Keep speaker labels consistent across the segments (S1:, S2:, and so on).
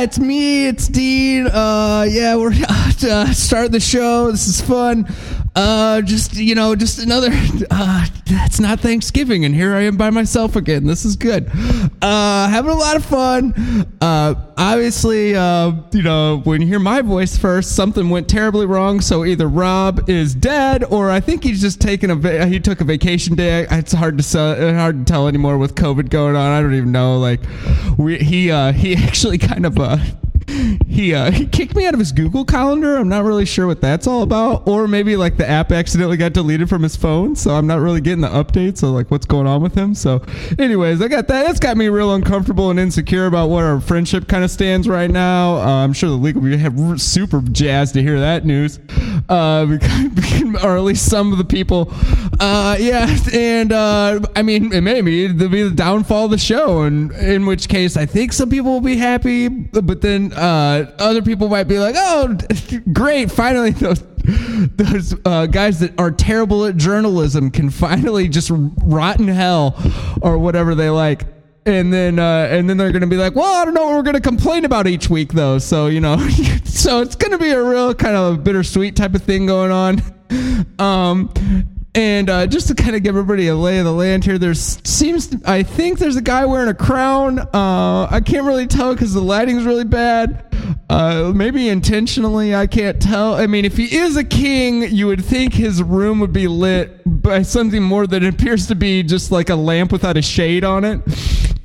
S1: Uh, it's Dean. Uh, yeah, we're uh, starting the show. This is fun. Uh, just you know, just another. Uh, that's not Thanksgiving, and here I am by myself again. This is good. Uh, having a lot of fun. Uh, obviously, uh, you know, when you hear my voice first, something went terribly wrong. So either Rob is dead, or I think he's just taking a va- he took a vacation day. It's hard to sell, uh, hard to tell anymore with COVID going on. I don't even know. Like, we, he uh, he actually kind of uh, he uh, he kicked me out of his Google Calendar. I'm not really sure what that's all about, or maybe like the app accidentally got deleted from his phone, so I'm not really getting the updates of like what's going on with him. So, anyways, I got that. That's got me real uncomfortable and insecure about where our friendship kind of stands right now. Uh, I'm sure the league will be ha- super jazzed to hear that news, uh, because- or at least some of the people. Uh, yeah, and uh, I mean, it may be the, be the downfall of the show, and in which case, I think some people will be happy, but then uh, other people might be like, "Oh, great! Finally, those those uh, guys that are terrible at journalism can finally just rot in hell or whatever they like." And then, uh, and then they're going to be like, "Well, I don't know what we're going to complain about each week, though." So you know, so it's going to be a real kind of bittersweet type of thing going on. Um, and uh, just to kind of give everybody a lay of the land here, there seems I think there's a guy wearing a crown. Uh, I can't really tell because the lighting's really bad. Uh, maybe intentionally, I can't tell. I mean, if he is a king, you would think his room would be lit by something more than appears to be just like a lamp without a shade on it.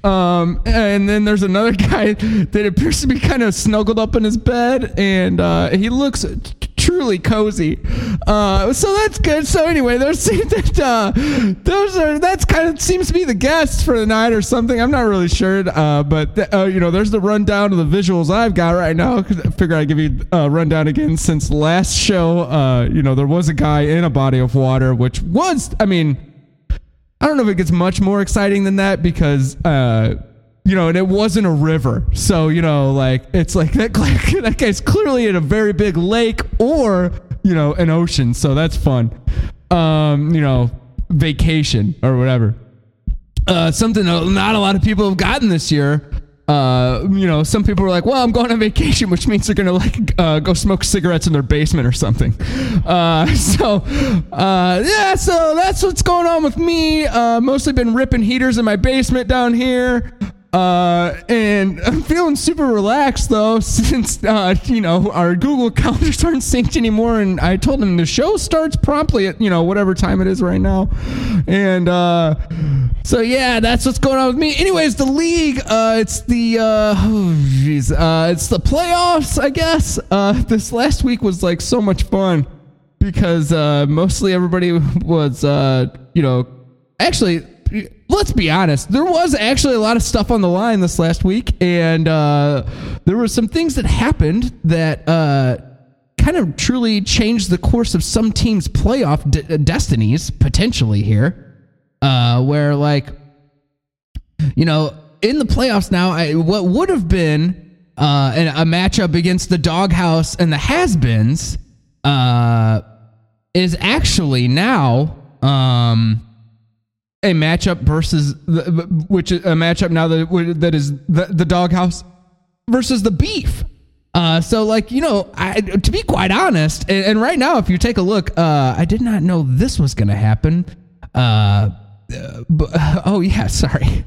S1: Um, and then there's another guy that appears to be kind of snuggled up in his bed, and uh, he looks t- truly cozy. Uh, so that's good. So anyway, there's that uh, those are that's kind of seems to be the guests for the night or something. I'm not really sure, uh, but th- uh, you know, there's the rundown of the visuals I've got right now. 'cause I figure I give you a rundown again since last show. Uh, you know, there was a guy in a body of water, which was, I mean. I don't know if it gets much more exciting than that because, uh, you know, and it wasn't a river. So, you know, like, it's like that, that guy's clearly in a very big lake or, you know, an ocean. So that's fun. Um, you know, vacation or whatever. Uh, something not a lot of people have gotten this year. Uh, you know, some people were like, "Well, I'm going on vacation," which means they're gonna like uh, go smoke cigarettes in their basement or something. Uh, so, uh, yeah, so that's what's going on with me. Uh, mostly been ripping heaters in my basement down here. Uh, and I'm feeling super relaxed though, since uh, you know our Google calendars aren't synced anymore, and I told them the show starts promptly at you know whatever time it is right now, and uh, so yeah, that's what's going on with me. Anyways, the league, uh, it's the uh, oh, geez, uh, it's the playoffs, I guess. Uh, this last week was like so much fun because uh, mostly everybody was, uh, you know, actually, let's be honest, there was actually a lot of stuff on the line this last week, and uh, there were some things that happened that uh, kind of truly changed the course of some teams' playoff de- destinies potentially here, uh, where like you know, in the playoffs now, I, what would have been uh, an, a matchup against the doghouse and the has-beens uh, is actually now um, a matchup versus the, which is a matchup now that that is the, the doghouse versus the beef. Uh, so like you know, I, to be quite honest, and, and right now, if you take a look, uh, I did not know this was going to happen. Uh, uh, but, oh yeah, sorry.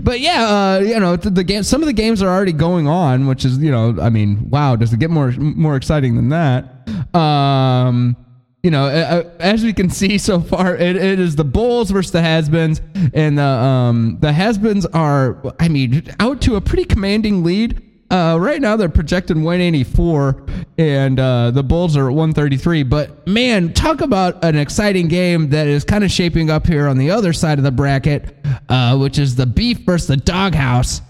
S1: But yeah, uh, you know the, the game. Some of the games are already going on, which is you know, I mean, wow, does it get more more exciting than that? Um, you know, uh, uh, as we can see so far, it, it is the Bulls versus the Has-Beens, and the um, the Has-Beens are, I mean, out to a pretty commanding lead. Uh, right now, they're projected 184, and uh, the Bulls are at 133. But man, talk about an exciting game that is kind of shaping up here on the other side of the bracket, uh, which is the Beef versus the Doghouse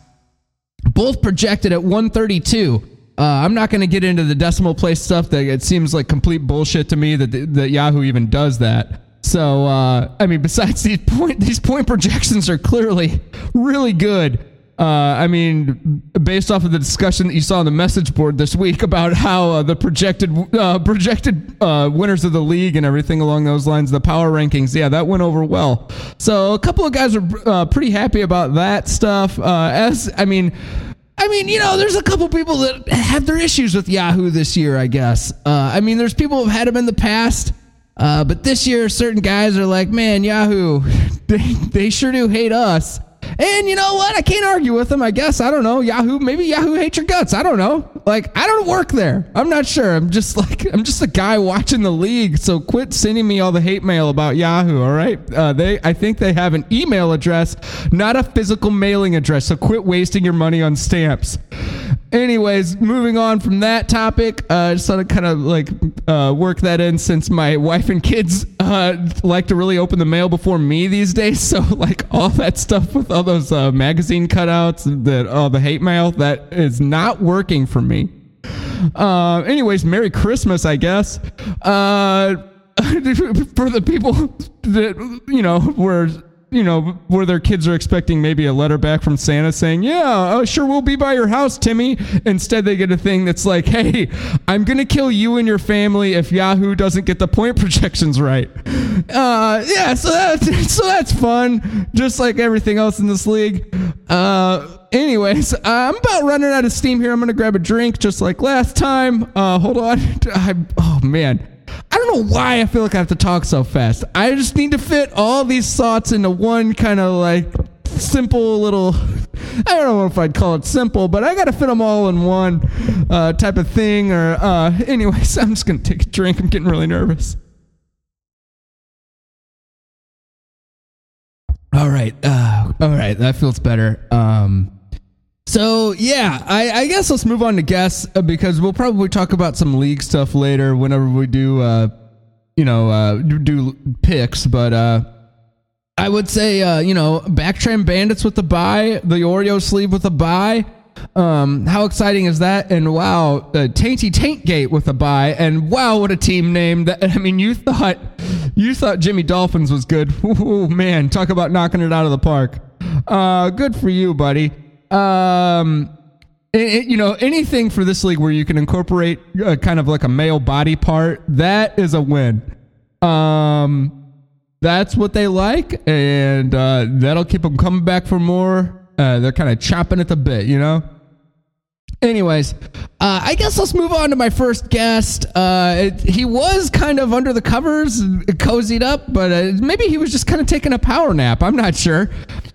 S1: both projected at 132. Uh, I'm not going to get into the decimal place stuff. That it seems like complete bullshit to me that that Yahoo even does that. So uh, I mean, besides these point these point projections are clearly really good. Uh, I mean, based off of the discussion that you saw on the message board this week about how uh, the projected uh, projected uh, winners of the league and everything along those lines, the power rankings, yeah, that went over well. So a couple of guys are uh, pretty happy about that stuff. Uh, as I mean, I mean, you know, there's a couple people that have their issues with Yahoo this year, I guess. Uh, I mean, there's people who've had them in the past, uh, but this year, certain guys are like, man, Yahoo, they, they sure do hate us. And you know what? I can't argue with them, I guess. I don't know. Yahoo, maybe Yahoo hates your guts. I don't know. Like, I don't work there. I'm not sure. I'm just like, I'm just a guy watching the league. So quit sending me all the hate mail about Yahoo, all right? Uh, they, I think they have an email address, not a physical mailing address. So quit wasting your money on stamps. Anyways, moving on from that topic, I uh, just want to kind of like uh, work that in since my wife and kids uh, like to really open the mail before me these days. So like all that stuff with all those uh, magazine cutouts, that all the hate mail, that is not working for me. Uh, anyways, Merry Christmas, I guess. Uh, for the people that you know were you know, where their kids are expecting maybe a letter back from Santa saying, Yeah, uh, sure, we'll be by your house, Timmy. Instead, they get a thing that's like, Hey, I'm going to kill you and your family if Yahoo doesn't get the point projections right. Uh, yeah, so that's, so that's fun, just like everything else in this league. Uh, anyways, uh, I'm about running out of steam here. I'm going to grab a drink just like last time. Uh, hold on. I, oh, man. I don't know why I feel like I have to talk so fast. I just need to fit all these thoughts into one kind of like simple little. I don't know if I'd call it simple, but I got to fit them all in one uh, type of thing. Or, uh, anyways, I'm just going to take a drink. I'm getting really nervous. All right. Uh, all right. That feels better. Um, so yeah, I, I, guess let's move on to guess uh, because we'll probably talk about some league stuff later whenever we do, uh, you know, uh, do picks. But uh, I would say, uh, you know, Backtrain Bandits with the buy, the Oreo sleeve with the buy. Um, how exciting is that? And wow, Tainty Taintgate with a buy, and wow, what a team name! That I mean, you thought you thought Jimmy Dolphins was good. Ooh, man, talk about knocking it out of the park. Uh, good for you, buddy um, it, it, you know, anything for this league where you can incorporate a, kind of like a male body part, that is a win. Um, that's what they like, and uh, that'll keep them coming back for more. Uh, they're kind of chopping at the bit, you know. Anyways, uh, I guess let's move on to my first guest. Uh, it, he was kind of under the covers, cozied up, but uh, maybe he was just kind of taking a power nap. I'm not sure.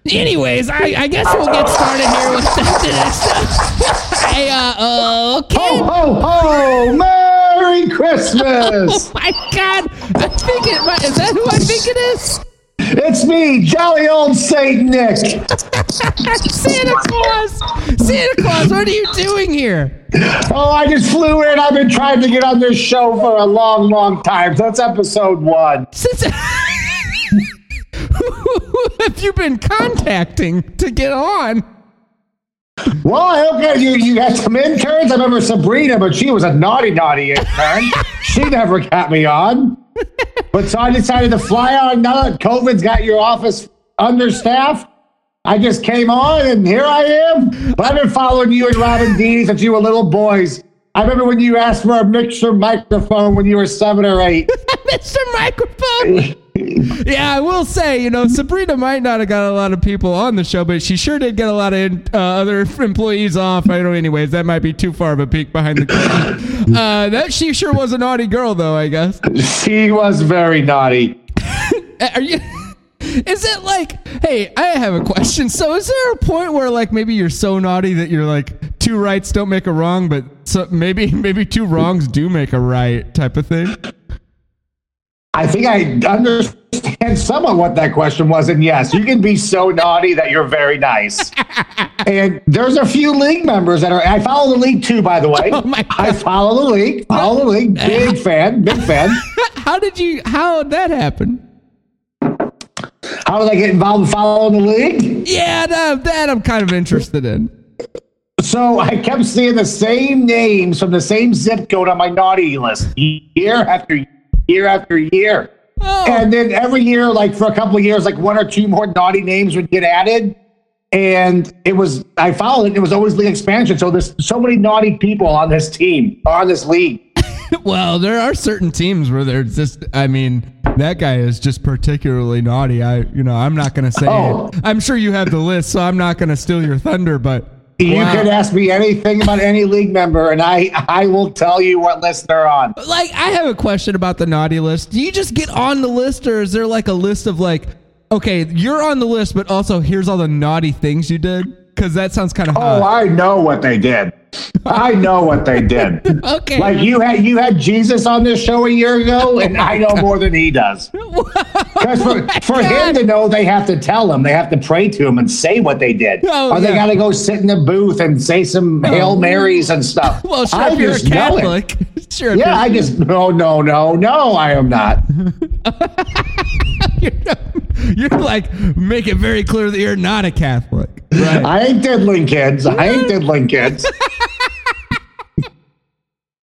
S1: Anyways, I, I guess we'll get started here with this. hey, uh, okay.
S2: Ho, ho, ho! Merry Christmas!
S1: oh my God! I think it might, is that who I think it is?
S2: It's me, jolly old Saint Nick.
S1: Santa Claus! Santa Claus, what are you doing here?
S2: Oh, I just flew in. I've been trying to get on this show for a long, long time. So that's episode one.
S1: Since who have you been contacting to get on?
S2: Well, I hope that you, you had some interns. I remember Sabrina, but she was a naughty, naughty intern. she never got me on. but so I decided to fly on. Now that COVID's got your office understaffed, I just came on and here I am. But I've been following you and Robin D since you were little boys. I remember when you asked for a mixer microphone when you were seven or eight.
S1: Mr. Microphone. yeah, I will say, you know, Sabrina might not have got a lot of people on the show, but she sure did get a lot of uh, other employees off. I don't know, anyways, that might be too far of a peek behind the curtain. Uh, that she sure was a naughty girl, though. I guess
S2: she was very naughty.
S1: Uh, Are you? Is it like, hey, I have a question. So, is there a point where like maybe you're so naughty that you're like two rights don't make a wrong, but so maybe maybe two wrongs do make a right type of thing?
S2: I think I understand somewhat what that question was. And yes, you can be so naughty that you're very nice. and there's a few league members that are. I follow the league too, by the way.
S1: Oh my God.
S2: I follow the league. Follow the league. Big fan. Big fan.
S1: how did you? How did that happen?
S2: How did I get involved in following the league?
S1: Yeah, no, that I'm kind of interested in.
S2: So I kept seeing the same names from the same zip code on my naughty list year after year year after year. Oh. And then every year, like for a couple of years, like one or two more naughty names would get added. And it was I followed it. It was always league expansion. So there's so many naughty people on this team, on this league.
S1: well, there are certain teams where there's just I mean, that guy is just particularly naughty. I you know, I'm not gonna say
S2: oh.
S1: I'm sure you have the list, so I'm not gonna steal your thunder, but
S2: You
S1: Wow.
S2: can ask me anything about any league member, and I I will tell you what list they're on.
S1: Like, I have a question about the naughty list. Do you just get on the list, or is there like a list of like, okay, you're on the list, but also here's all the naughty things you did? Because that sounds kind of
S2: Oh,
S1: hot.
S2: I know what they did. I know what they did.
S1: Okay.
S2: Like you had you had Jesus on this show a year ago, and I know more than he does. Because
S1: Oh
S2: for, for him to know, they have to tell him, they have to pray to him and say what they did,
S1: Oh,
S2: or they
S1: yeah. Oh,
S2: got to go sit in the booth and say some hail marys and stuff.
S1: well, sure, if you're a
S2: know it.
S1: Catholic. Sure, if
S2: Yeah, I just no, no, no, no. I am not.
S1: you're, you're like, make it very clear that you're not a Catholic. Right.
S2: I ain't diddling kids. I ain't diddling kids.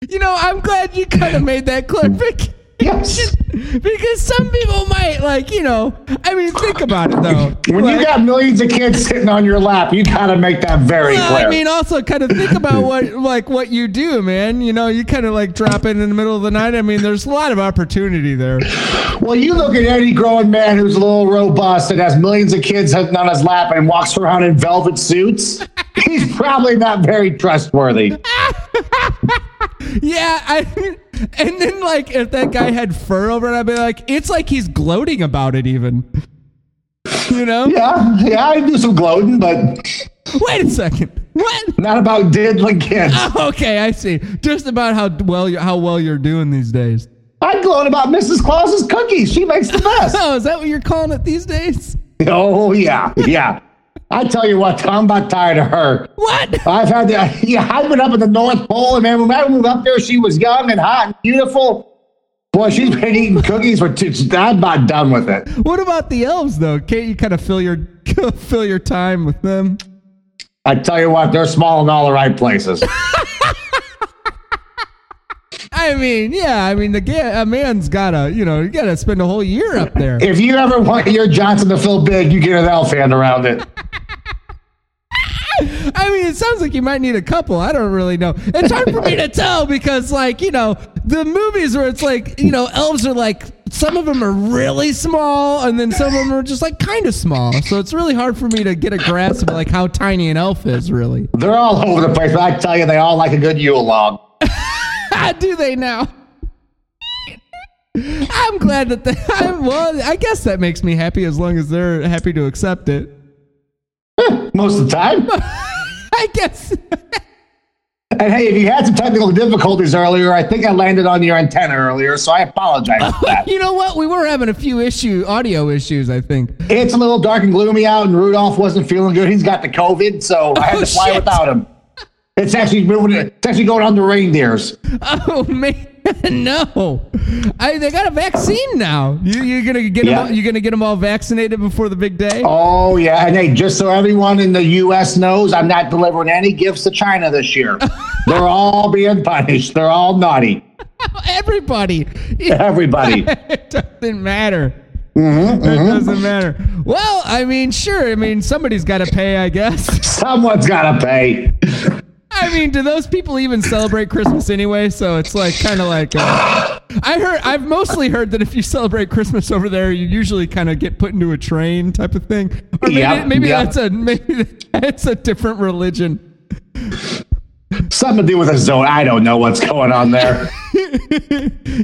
S1: you know, I'm glad you kind of made that clear. Vic.
S2: Yes.
S1: Because some people might like, you know, I mean, think about it though.
S2: When you
S1: Like-
S2: got millions of kids sitting on your lap, you gotta make that very
S1: Well,
S2: clear.
S1: I mean, also kind of think about what like what you do, man. You know, you kind of like drop in in the middle of the night. I mean, there's a lot of opportunity there.
S2: Well, you look at any grown man who's a little robust and has millions of kids sitting on his lap and walks around in velvet suits. He's probably not very trustworthy.
S1: Yeah, I, and then like if that guy had fur over it, I'd be like, it's like he's gloating about it, even. You know?
S2: Yeah, yeah, I do some gloating, but
S1: Wait a second. What?
S2: not about diddling kids.
S1: Okay, I see. Just about how well you how well you're doing these days.
S2: I gloat about Mrs. Claus's cookies. She makes the best.
S1: Oh, is that what you're calling it these days?
S2: Oh yeah, yeah. I tell you what, I'm not tired of her.
S1: What?
S2: I've had to, yeah, I've been up at the North Pole, and man, when I moved up there, she was young and hot and beautiful. Boy, she's been eating cookies for two. I'm not done with it.
S1: What about the elves though? Can't you kind of fill your fill your time with them?
S2: I tell you what, they're small in all the right places.
S1: I mean, yeah, I mean, the ga- a man's gotta, you know, you gotta spend a whole year up there.
S2: If you ever want your Johnson to feel big, you get an elf hand around it.
S1: I mean, it sounds like you might need a couple. I don't really know. It's hard for me to tell because, like, you know, the movies where it's like, you know, elves are like, some of them are really small, and then some of them are just like kind of small. So it's really hard for me to get a grasp of like how tiny an elf is, really.
S2: They're all over the place, but I tell you, they all like a good Yule log.
S1: Ah, Do they now? I'm glad that they. I, well, I guess that makes me happy as long as they're happy to accept it.
S2: Most of the time.
S1: I guess.
S2: And hey, if you had some technical difficulties earlier, I think I landed on your antenna earlier, so I apologize for that.
S1: you know what? We were having a few issue audio issues, I think.
S2: It's a little dark and gloomy out, and Rudolph wasn't feeling good. He's got the COVID, so I had
S1: Oh,
S2: to fly
S1: shit.
S2: without him. It's actually moving. It's actually going on the reindeers.
S1: Oh man, no! I, they got a vaccine now. You, you're gonna get
S2: Yeah.
S1: them. All, you're gonna get them all vaccinated before the big day.
S2: Oh yeah, and hey, just so everyone in the U.S. knows, I'm not delivering any gifts to China this year. They're all being punished. They're all naughty.
S1: Everybody.
S2: Everybody.
S1: it doesn't matter.
S2: Mm-hmm,
S1: It doesn't matter. Well, I mean, sure. I mean, somebody's got to pay, I guess.
S2: Someone's got to pay.
S1: I mean, do those people even celebrate Christmas anyway? So it's like kind of like uh, I heard. I've mostly heard that if you celebrate Christmas over there, you usually kind of get put into a train type of thing. Or maybe,
S2: Yep,
S1: maybe
S2: yep.
S1: that's a maybe that's a different religion.
S2: Something to do with a zone. I don't know what's going on there.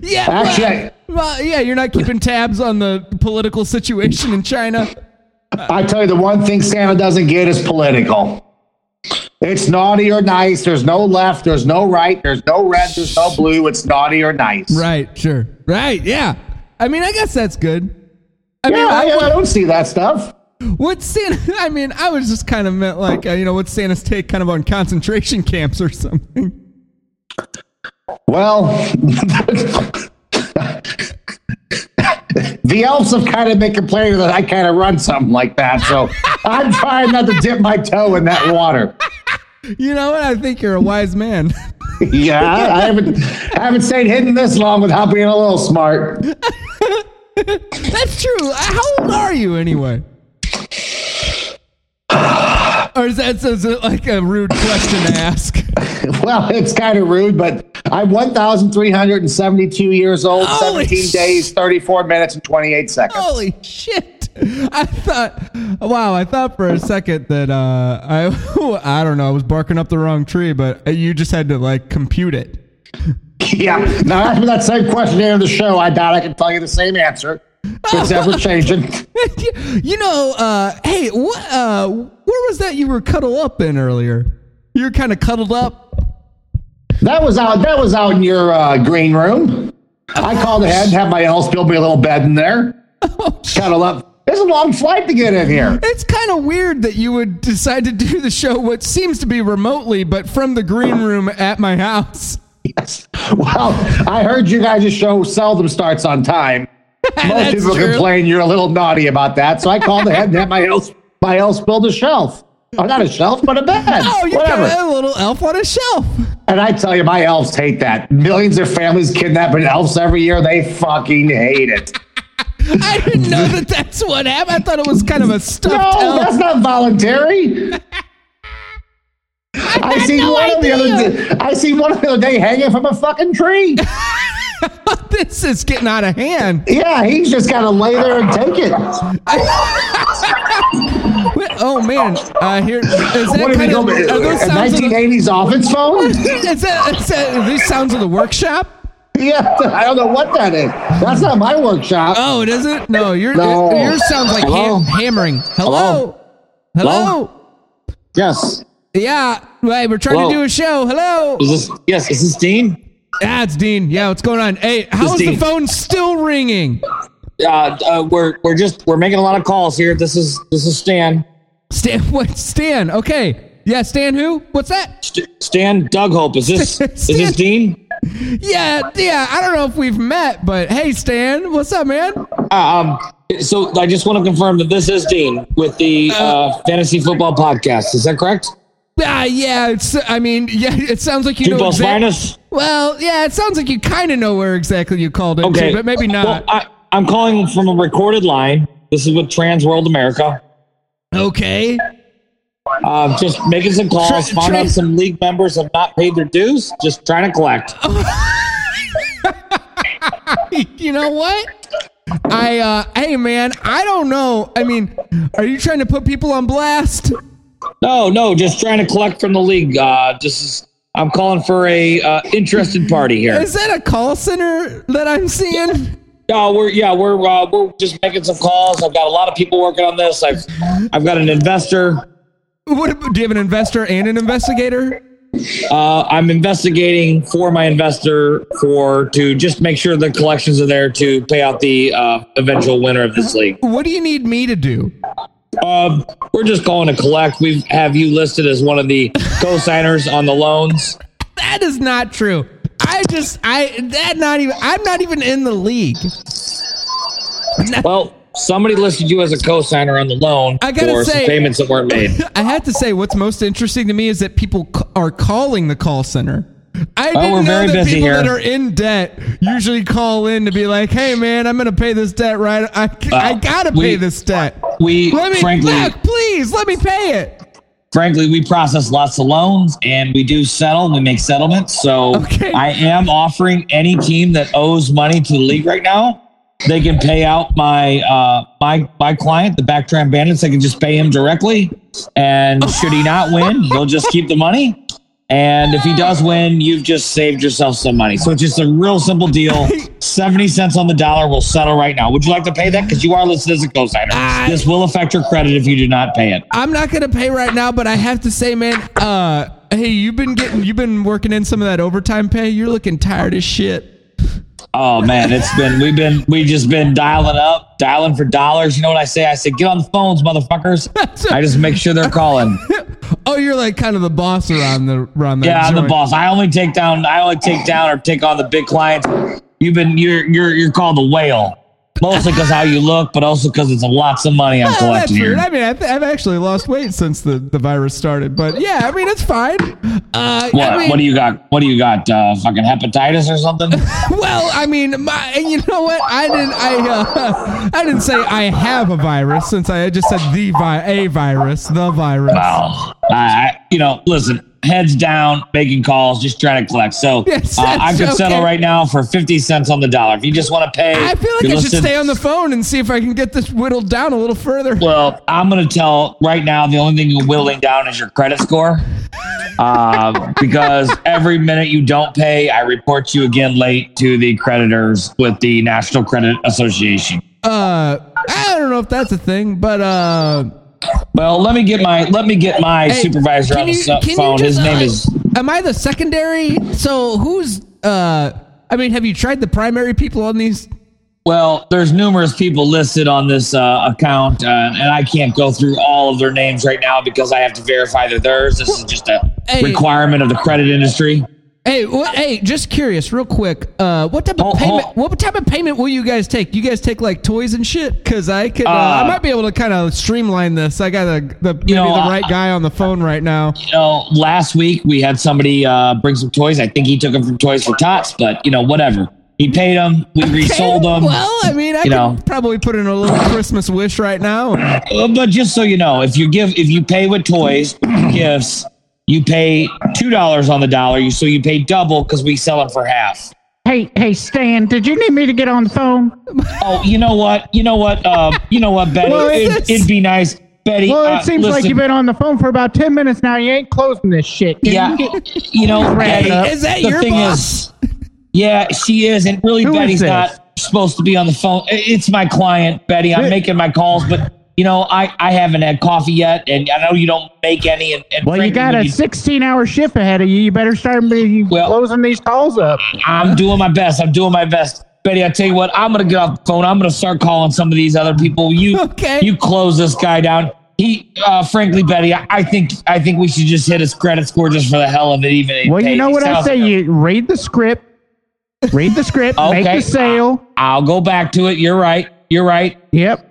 S1: Yeah.
S2: Actually, I-
S1: well, well, yeah, you're not keeping tabs on the political situation in China.
S2: I tell you, the one thing Santa doesn't get is political. It's naughty or nice. There's no left. There's no right. There's no red. There's no blue. It's naughty or nice.
S1: Right. Sure. Right. Yeah. I mean, I guess that's good. I
S2: Yeah,
S1: mean, I,
S2: I, I don't see that stuff.
S1: What's Santa? I mean, I was just kind of meant like, uh, you know, what's Santa's take kind of on concentration camps or something?
S2: Well, the elves have kind of been complaining that I kind of run something like that. So I'm trying not to dip my toe in that water.
S1: You know what? I think you're a wise man.
S2: Yeah, I haven't, I haven't stayed hidden this long without being a little smart.
S1: That's true. Uh, How old are you anyway? Or is that is it like a rude question to ask?
S2: Well, it's kind of rude, but I'm 1,372 years old,
S1: Holy
S2: 17 days, 34 minutes, and 28 seconds.
S1: Holy shit! I thought, wow, I thought for a second that uh, I, I don't know, I was barking up the wrong tree, but uh, you just had to like compute it.
S2: yeah. Now ask me that same question here on the show. I doubt I can tell you the same answer. So it's ever changing.
S1: you know, uh, hey, what, uh, where was that you were cuddled up in earlier? You were kind of cuddled up.
S2: That was out. That was out in your uh, green room. I called ahead and had my elves build me a little bed in there.
S1: Oh,
S2: Cuddle up. It's a long flight to get in here.
S1: It's kind of weird that you would decide to do the show, what seems to be remotely, but from the green room at my house.
S2: Yes. Well, I heard you guys' show seldom starts on time. Most
S1: That's
S2: people
S1: true.
S2: complain you're a little naughty about that, so I called ahead and had my elves my elves build a shelf. Oh, not a shelf, but a bed.
S1: Oh, you
S2: Whatever.
S1: got a little elf on a shelf.
S2: And I tell you, my elves hate that. Millions of families kidnapping elves every year. They fucking hate it.
S1: I didn't know that that's what happened. I thought it was kind of a stuffed
S2: No,
S1: elf.
S2: that's not voluntary. I seen
S1: no
S2: one the other
S1: idea.
S2: day. I seen one the other day hanging from a fucking tree.
S1: This is getting out of hand.
S2: yeah, he's just gotta lay there and take it.
S1: Wait, Oh man, uh, here is that
S2: What did he
S1: kind
S2: go
S1: of
S2: with?
S1: are those
S2: A
S1: sounds of
S2: nineteen
S1: the,
S2: eighties offense phone?
S1: is that, is that are these sounds of the workshop?
S2: yeah, I don't know what that is. That's not my workshop.
S3: Uh,
S1: Oh, it isn't. No, your
S2: No.
S1: yours sounds like
S2: Hello?
S1: ham- hammering. Hello, hello.
S2: yes.
S1: Yeah, right. We're trying
S4: Hello?
S1: to do a show. Hello.
S4: Is this yes? Is this Dean?
S1: Ah, it's Dean. Yeah, what's going on? Hey, how is
S4: It's
S1: the
S4: Dean.
S1: phone still ringing?
S4: Uh, uh, we're we're just we're making a lot of calls here. This is this is Stan.
S1: Stan, what? Stan. Okay. Yeah, Stan. Who? What's that?
S4: St- Stan Dughope. Is this is this Dean?
S1: Yeah, yeah. I don't know if we've met, but hey, Stan. What's up, man?
S4: Uh, um, so I just want to confirm that this is Dean with the uh, fantasy football podcast. Is that correct?
S1: Ah, yeah. It's. I mean, yeah. It sounds like you
S4: Two
S1: know.
S4: plus
S1: exac-
S4: minus.
S1: Well, yeah. It sounds like you kind of know where exactly you called into,
S4: Okay,
S1: but maybe
S4: Well,
S1: not.
S4: I, I'm calling from a recorded line. This is with Trans World America.
S1: okay.
S4: Um, just making some calls.
S1: Tra-
S4: found
S1: tra-
S4: out some league members have not paid their dues. Just trying to collect.
S1: you know what? I uh hey man, I don't know. I mean, are you trying to put people on blast?
S4: No, no, just trying to collect from the league. Uh, just I'm calling for a uh, interested party here.
S1: Is that a call center that I'm seeing?
S4: No, we're yeah, we're uh, we're just making some calls. I've got a lot of people working on this. I've I've got an investor.
S1: What ab- do you have an investor and an investigator?
S4: Uh, I'm investigating for my investor for to just make sure the collections are there to pay out the uh, eventual winner of this league.
S1: What do you need me to do?
S4: Um, we're just calling to collect. We have you listed as one of the co-signers on the loans.
S1: That is not true. I just I that not even I'm not even in the league.
S4: Well, somebody listed you as a co-signer on the loan
S1: I gotta
S4: for
S1: say-
S4: some payments that weren't made.
S1: I have to say what's most interesting to me is that people c- are calling the call center. I didn't
S4: Oh, we're
S1: know
S4: very
S1: that
S4: busy
S1: people
S4: here.
S1: that are in debt usually call in to be like, "Hey, man, I'm gonna pay this debt right. I, I gotta pay
S4: Uh, we-
S1: this debt.
S4: We
S1: Let me,
S4: frankly,
S1: look, please, let me pay it."
S4: frankly, we process lots of loans and we do settle. We make settlements. So
S1: Okay.
S4: I am offering any team that owes money to the league right now. They can pay out my uh, my my client, the Backtrend Bandits. They can just pay him directly, and should he not win, he'll just keep the money. And if he does win, you've just saved yourself some money. So it's just a real simple deal. Seventy cents on the dollar will settle right now. Would you like to pay that? Because you are listed as a cosigner.
S1: I-
S4: this will affect your credit if you do not pay it.
S1: I'm not gonna pay right now, but I have to say, man, uh, hey, you've been getting, you've been working in some of that overtime pay. You're looking tired as shit.
S4: Oh man, it's been we've been we've just been dialing up, dialing for dollars. You know what I say? I say get on the phones, motherfuckers. I just make sure they're calling.
S1: Oh, you're like kind of the boss around the around that.
S4: Yeah, I'm the
S1: joint.
S4: boss. I only take down I only take down or take on the big clients. You've been you're you're you're called the whale. Mostly because how you look, but also because it's lots of money I'm
S1: Oh, that's
S4: collecting
S1: weird.
S4: here.
S1: I mean, I've, I've actually lost weight since the, the virus started, but yeah, I mean, it's fine. Uh,
S4: What?
S1: I mean,
S4: what do you got? What do you got? Uh, fucking hepatitis or something?
S1: Well, I mean, my, and you know what? I didn't. I uh, I didn't say I have a virus since I just said the vi- a virus, the virus.
S4: wow. I, you know, listen, heads down, making calls, just trying to collect. So
S1: Yes,
S4: uh, I
S1: that's
S4: could settle
S1: okay.
S4: right now for 50 cents on the dollar. If you just want to pay,
S1: I feel like
S4: you
S1: I should
S4: listen-
S1: stay on the phone and see if I can get this whittled down a little further.
S4: Well, I'm going to tell right now the only thing you're whittling down is your credit score. Um, because every minute you don't pay, I report you again late to the creditors with the National Credit Association.
S1: Uh, I don't know if that's a thing, but uh,
S4: Well, let me get my let me get my
S1: hey,
S4: supervisor
S1: can
S4: on the
S1: you-
S4: su-
S1: can you
S4: phone. His
S1: just,
S4: name
S1: uh,
S4: is
S1: Am I the secondary? So who's? Uh, I mean, have you tried the primary people on these?
S4: Well, there's numerous people listed on this uh, account, uh, and I can't go through all of their names right now because I have to verify they're theirs. This is just a
S1: Hey.
S4: requirement of the credit industry.
S1: Hey, what, hey, just curious, real quick. Uh, what type of
S4: Hold-
S1: payment?
S4: hold.
S1: What type of payment will you guys take? You guys take like toys and shit? Cause I could, uh, I
S4: Uh,
S1: might be able to kind of streamline this. I got the the maybe
S4: know,
S1: the
S4: I-
S1: right guy on the phone right now.
S4: You know, last week we had somebody uh, bring some toys. I think he took them from Toys for Tots, but you know, whatever. He paid them. We resold them.
S1: Well, uh I mean, I
S4: You
S1: could
S4: know.
S1: probably put in a little Christmas wish right now.
S4: Uh, but just so you know, if you give, if you pay with toys, gifts, you pay two dollars on the dollar. You so you pay double because we sell them for half.
S3: Hey, hey, Stan, did you need me to get on the phone?
S4: Oh, you know what? You know what? Uh, you know what, Betty?
S3: Well,
S1: it's-
S4: it, it'd be nice, Betty.
S3: Well,
S4: uh,
S3: it seems like
S4: listen,
S3: you've been on the phone for about 10 minutes now. You ain't closing this shit. Can
S4: Yeah,
S3: you get-
S4: you know,
S3: Right.
S4: Betty.
S1: Is that
S4: the
S1: your
S4: thing
S1: boss?
S4: Is, yeah, she is, and really,
S3: Who is
S4: Betty's
S3: this?
S4: not supposed to be on the phone. I- It's my client, Betty. I'm
S3: Wait.
S4: making my calls, but you know, I I haven't had coffee yet, and I know you don't make any. And, and
S3: well, you
S4: frankly,
S3: got
S4: when
S3: a 16 hour shift ahead of you. You better start be
S4: Well-
S3: closing these calls up.
S4: I'm doing my best. I'm doing my best. Betty, I tell you what, I'm gonna get off the phone. I'm gonna start calling some of these other people. You
S1: Okay.
S4: you close this guy down. He uh, frankly, Betty, I, I think I think we should just hit his credit score just for the hell of it, even.
S3: Well, you know what I say?
S4: You.
S3: You read the script, read the script, make
S4: Okay.
S3: the sale.
S4: I'll go back to it. You're right. You're right.
S3: Yep.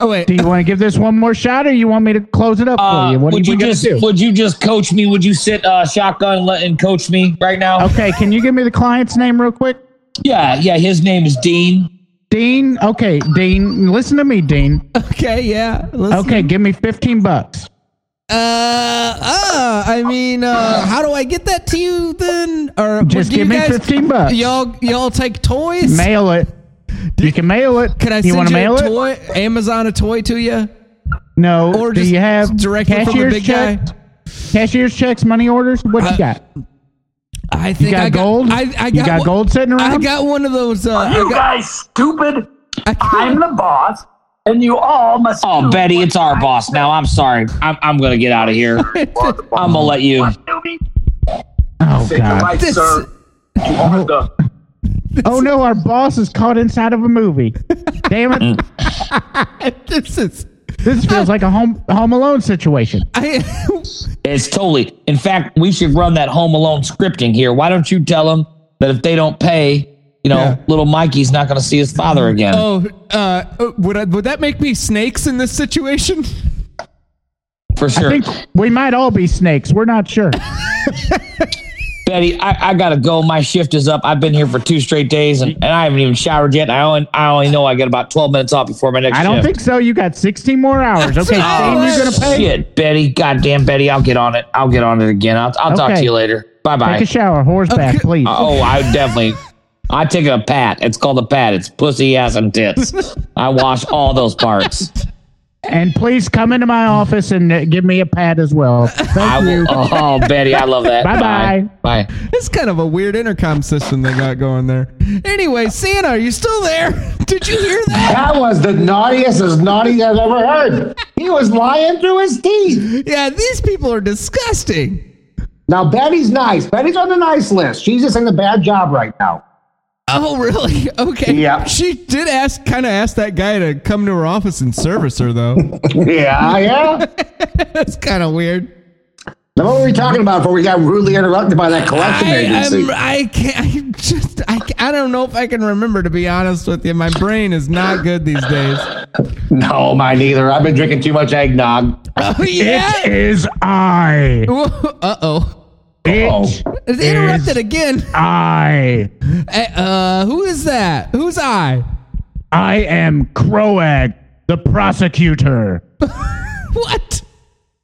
S1: Oh wait,
S3: Do you want to give this one more shot or you want me to close it up
S4: Uh,
S3: for you? What are
S4: would
S3: you,
S4: you,
S3: going to
S4: just
S3: do?
S4: would you just coach me? Would you sit uh, shotgun and let- and coach me right now?
S3: okay, can you give me the client's name real quick?
S4: Yeah, yeah. His name is Dean.
S3: Dean. Okay, Dean. Listen to me, Dean.
S1: okay, yeah. Let's,
S3: Okay, give me 15 bucks.
S1: Uh, uh, I mean, uh, how do I get that to you then? Or
S3: Just
S1: do you
S3: give me
S1: guys-
S3: 15 bucks.
S1: Y'all, y'all take toys.
S3: Mail it. You can mail it.
S1: Can I
S3: you
S1: send
S3: wanna
S1: you
S3: mail
S1: a
S3: it?
S1: toy, Amazon a toy to you,
S3: No.
S1: or
S3: do
S1: just
S3: you have
S1: directly from the
S3: cashier's
S1: big
S3: check?
S1: guy?
S3: Cashier's checks, money orders. What
S1: Uh,
S3: you got?
S1: I think
S3: You got
S1: I
S3: gold.
S1: I, I got
S3: you got
S1: one-
S3: gold sitting
S1: I
S3: around.
S1: got one of those. Uh, I
S5: You
S1: got,
S5: guys stupid.
S1: I got-
S5: I'm the boss, and you all must.
S4: Oh, Betty, it's our boss now. I'm sorry. I'm I'm gonna get out of here. I'm gonna let you.
S3: oh
S5: Take your
S3: god.
S5: right,
S1: This-
S5: sir. You are the
S3: Oh no, our boss is caught inside of a movie. Damn it!
S1: this is.
S3: This feels like a home Home Alone situation.
S1: I,
S4: It's totally. In fact, we should run that Home Alone scripting here. Why don't you tell them that if they don't pay, you know,
S1: Yeah.
S4: little Mikey's not gonna see his father again.
S1: oh, uh, would I, would that make me snakes in this situation?
S4: for
S3: I
S4: sure.
S3: think we might all be snakes. We're not sure.
S4: Betty, I, I gotta go. My shift is up. I've been here for two straight days, and, and I haven't even showered yet. I only, I only know I get about twelve minutes off before my next.
S3: I don't
S4: shift.
S3: think so. You got 16 more hours. Okay, Stan,
S1: Oh,
S3: you're gonna pay.
S4: Shit, Betty. Goddamn, Betty. I'll get on it. I'll get on it again. I'll, I'll talk to
S3: Okay.
S4: you later. Bye bye.
S3: Take a shower, horseback,
S1: Okay.
S3: please.
S4: oh, I definitely. I take a pat. It's called a pat. It's pussy, ass, and tits. I wash all those parts.
S3: And please come into my office and uh, give me a pat as well.
S4: I
S3: Thank
S4: will.
S3: you.
S4: Oh, Betty, I love that.
S3: Bye-bye.
S4: Bye. Bye.
S1: It's kind of a weird intercom system they got going there. Anyway, Santa, are you still there? Did you hear that?
S2: That was the naughtiest as naughty I've ever heard. He was lying through his teeth.
S1: Yeah, these people are disgusting.
S2: Now Betty's nice. Betty's on the nice list. She's just in a bad job right now.
S1: Oh, really? Okay.
S2: Yeah.
S1: She did ask, kind of ask that guy to come to her office and service her, though.
S2: Yeah, yeah.
S1: That's kind of weird.
S2: Now what were we talking about before we got rudely interrupted by that collection
S1: I,
S2: agency?
S1: I'm, I can't. I just. I, I. don't know if I can remember. To be honest with you, my brain is not good these days.
S2: no, mine either. I've been drinking too much eggnog.
S1: Oh
S3: It
S1: yeah.
S3: is I.
S1: Uh oh.
S3: It
S1: It's interrupted again.
S3: I.
S1: Eh, Uh, who is that? Who's I?
S3: I am Croag, the prosecutor.
S1: What?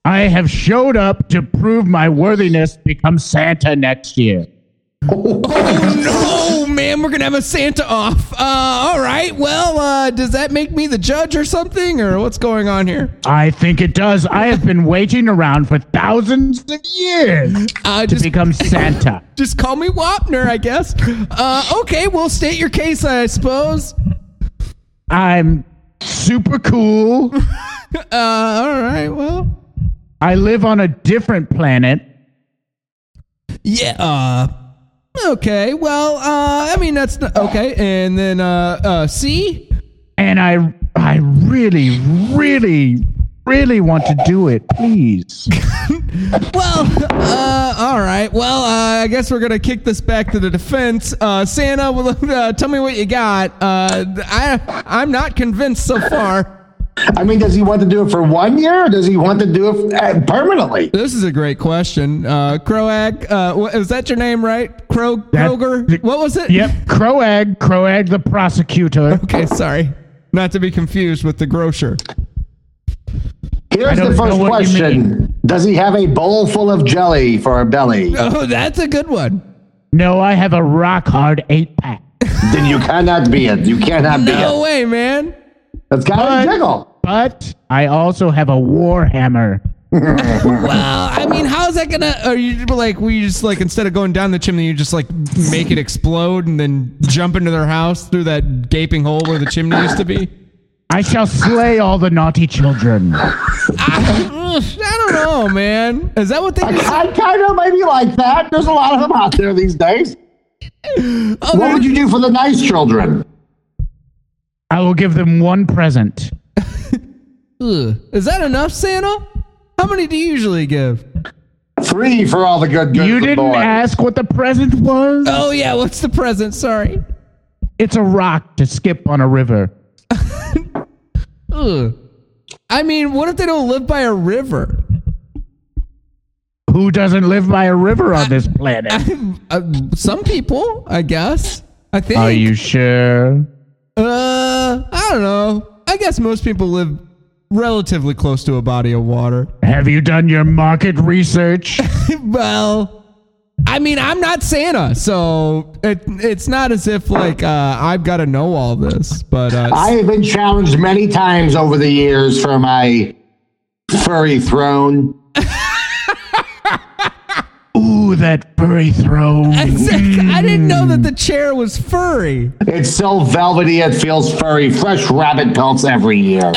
S3: I have showed up to prove my worthiness to become Santa next year.
S1: Oh man, we're gonna have a Santa off. Uh, all right. Well, uh, does that make me the judge or something, or what's going on here?
S3: I think it does. I have been waiting around for thousands of years
S1: Uh,
S3: to
S1: just
S3: become Santa.
S1: just call me Wapner, I guess. Uh, okay, well, state your case, I suppose.
S3: I'm super cool.
S1: Uh, all right. Well,
S3: I live on a different planet.
S1: yeah. Uh, okay. Well, uh, I mean that's not, okay. And then uh, uh, C.
S3: and I I really really really want to do it, please.
S1: Well, uh, all right. Well, uh, I guess we're gonna kick this back to the defense. Uh, Santa, well, uh, tell me what you got. Uh, I I'm not convinced so far.
S2: I mean, does he want to do it for one year or does he want to do it uh, permanently?
S1: This is a great question. Uh, Croag, uh, wha- is that your name, right? Krog,
S3: That-
S1: Kroger. What was it?
S3: Yep, Croag, Croag the prosecutor.
S1: Okay, sorry. Not to be confused with the grocer.
S2: Here's
S3: don't
S2: the first
S3: know what you
S2: question Does he have a bowl full of jelly for a belly?
S1: Oh, that's a good one.
S3: No, I have a rock hard eight pack.
S2: then you cannot be it. You cannot be
S1: No
S2: it.
S1: way, man.
S2: That's got to
S3: But-
S2: jiggle.
S3: But I also have a warhammer.
S1: Wow. Uh, I mean, how's that gonna? Are you like we just like instead of going down the chimney, you just like make it explode and then jump into their house through that gaping hole where the chimney used to be?
S3: I shall slay all the naughty children.
S1: I, I don't know, man. Is that what they? do?
S2: I kind of maybe like that. There's a lot of them out there these days.
S1: Oh,
S2: What would you do for the nice children?
S3: I will give them one present.
S1: ugh. Is that enough, Santa? How many do you usually give?
S2: Three for all the good good
S3: You didn't
S2: boy.
S3: ask what the present was?
S1: Oh yeah, what's the present? Sorry.
S3: It's a rock to skip on a river.
S1: Ugh. I mean, what if they don't live by a river?
S3: Who doesn't live by a river on this planet?
S1: Uh, some people, I guess. I think.
S3: Are you sure?
S1: Uh, I don't know. I guess most people live relatively close to a body of water.
S3: Have you done your market research?
S1: well, I mean, I'm not Santa, so it, it's not as if like uh, I've got to know all this. But uh,
S2: I have been challenged many times over the years for my furry throne.
S3: Ooh, that furry throne.
S1: I didn't know that the chair was furry.
S2: It's so velvety it feels furry. Fresh rabbit pelts every year.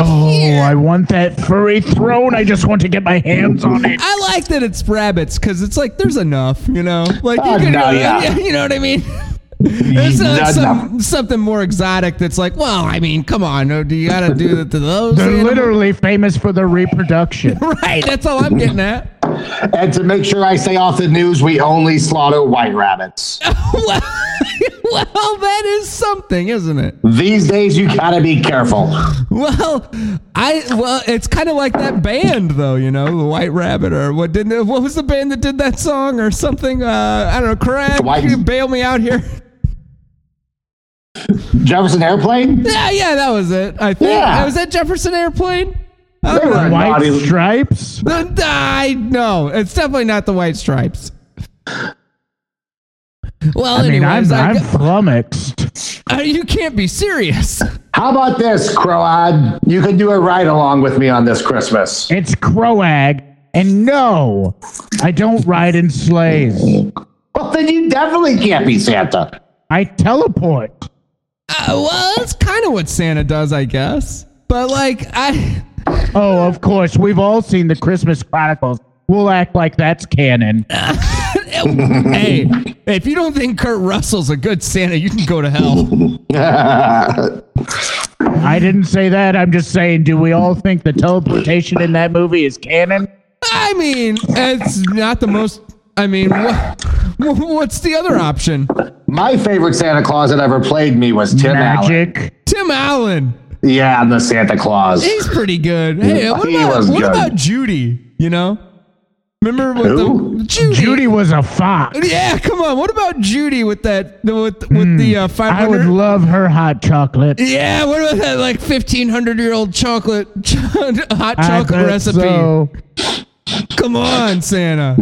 S3: Oh, I want that furry throne. I just want to get my hands on it.
S1: I like that it's rabbits because it's like there's enough, you know. Like you,
S2: Oh,
S1: can,
S2: no, yeah.
S1: you know what I mean. It's
S2: No,
S1: like
S2: no.
S1: some, something more exotic that's like, well, I mean, come on, uh, do you gotta do that to those?
S3: They're
S1: animals?
S3: literally famous for their reproduction.
S1: right. That's all I'm getting at.
S2: And to make sure I stay off the news, we only slaughter white rabbits.
S1: well, well, that is something, isn't it?
S2: These days, you gotta be careful.
S1: Well, I well, it's kind of like that band, though. You know, the White Rabbit, or what didn't? it- What was the band that did that song, or something? Uh, I don't know. Craig,
S2: White-
S1: you bail me out here.
S2: Jefferson Airplane?
S1: yeah, yeah, that was it. I think.
S2: Yeah.
S1: Was that Jefferson Airplane?
S2: They were
S3: White
S2: naughty.
S3: stripes?
S1: The, I no, it's definitely not the White Stripes. Well,
S3: I mean,
S1: anyways,
S3: I'm,
S1: I
S3: I'm
S1: gu-
S3: flummoxed.
S1: uh, you can't be serious.
S2: How about this, Croad? You can do a ride along with me on this Christmas.
S3: It's Croag, and no, I don't ride in sleighs.
S2: Well, then you definitely can't be Santa.
S3: I teleport.
S1: Uh, well, that's kind of what Santa does, I guess. But like, I
S3: Oh, of course, we've all seen the Christmas Chronicles. We'll act like that's canon.
S1: hey, if you don't think Kurt Russell's a good Santa, you can go to hell.
S3: I didn't say that. I'm just saying, do we all think the teleportation in that movie is canon?
S1: I mean, it's not the most. I mean, wha- wha- what's the other option?
S2: My favorite Santa Claus that ever played me was Tim Allen.
S3: Magic.
S1: Tim Allen.
S2: Yeah, I'm the Santa Claus.
S1: He's pretty good. Hey, what
S2: He
S1: about
S2: was
S1: what
S2: good.
S1: about Judy? You know, remember with
S2: Who?
S1: the Judy.
S3: Judy was a fox.
S1: Yeah, come on. What about Judy with that with with the uh, five
S3: Hmm. I would
S1: hundred?
S3: love her hot chocolate.
S1: yeah, what about that like fifteen hundred year old chocolate hot
S3: I
S1: chocolate
S3: bet
S1: recipe?
S3: So.
S1: Come on, Santa.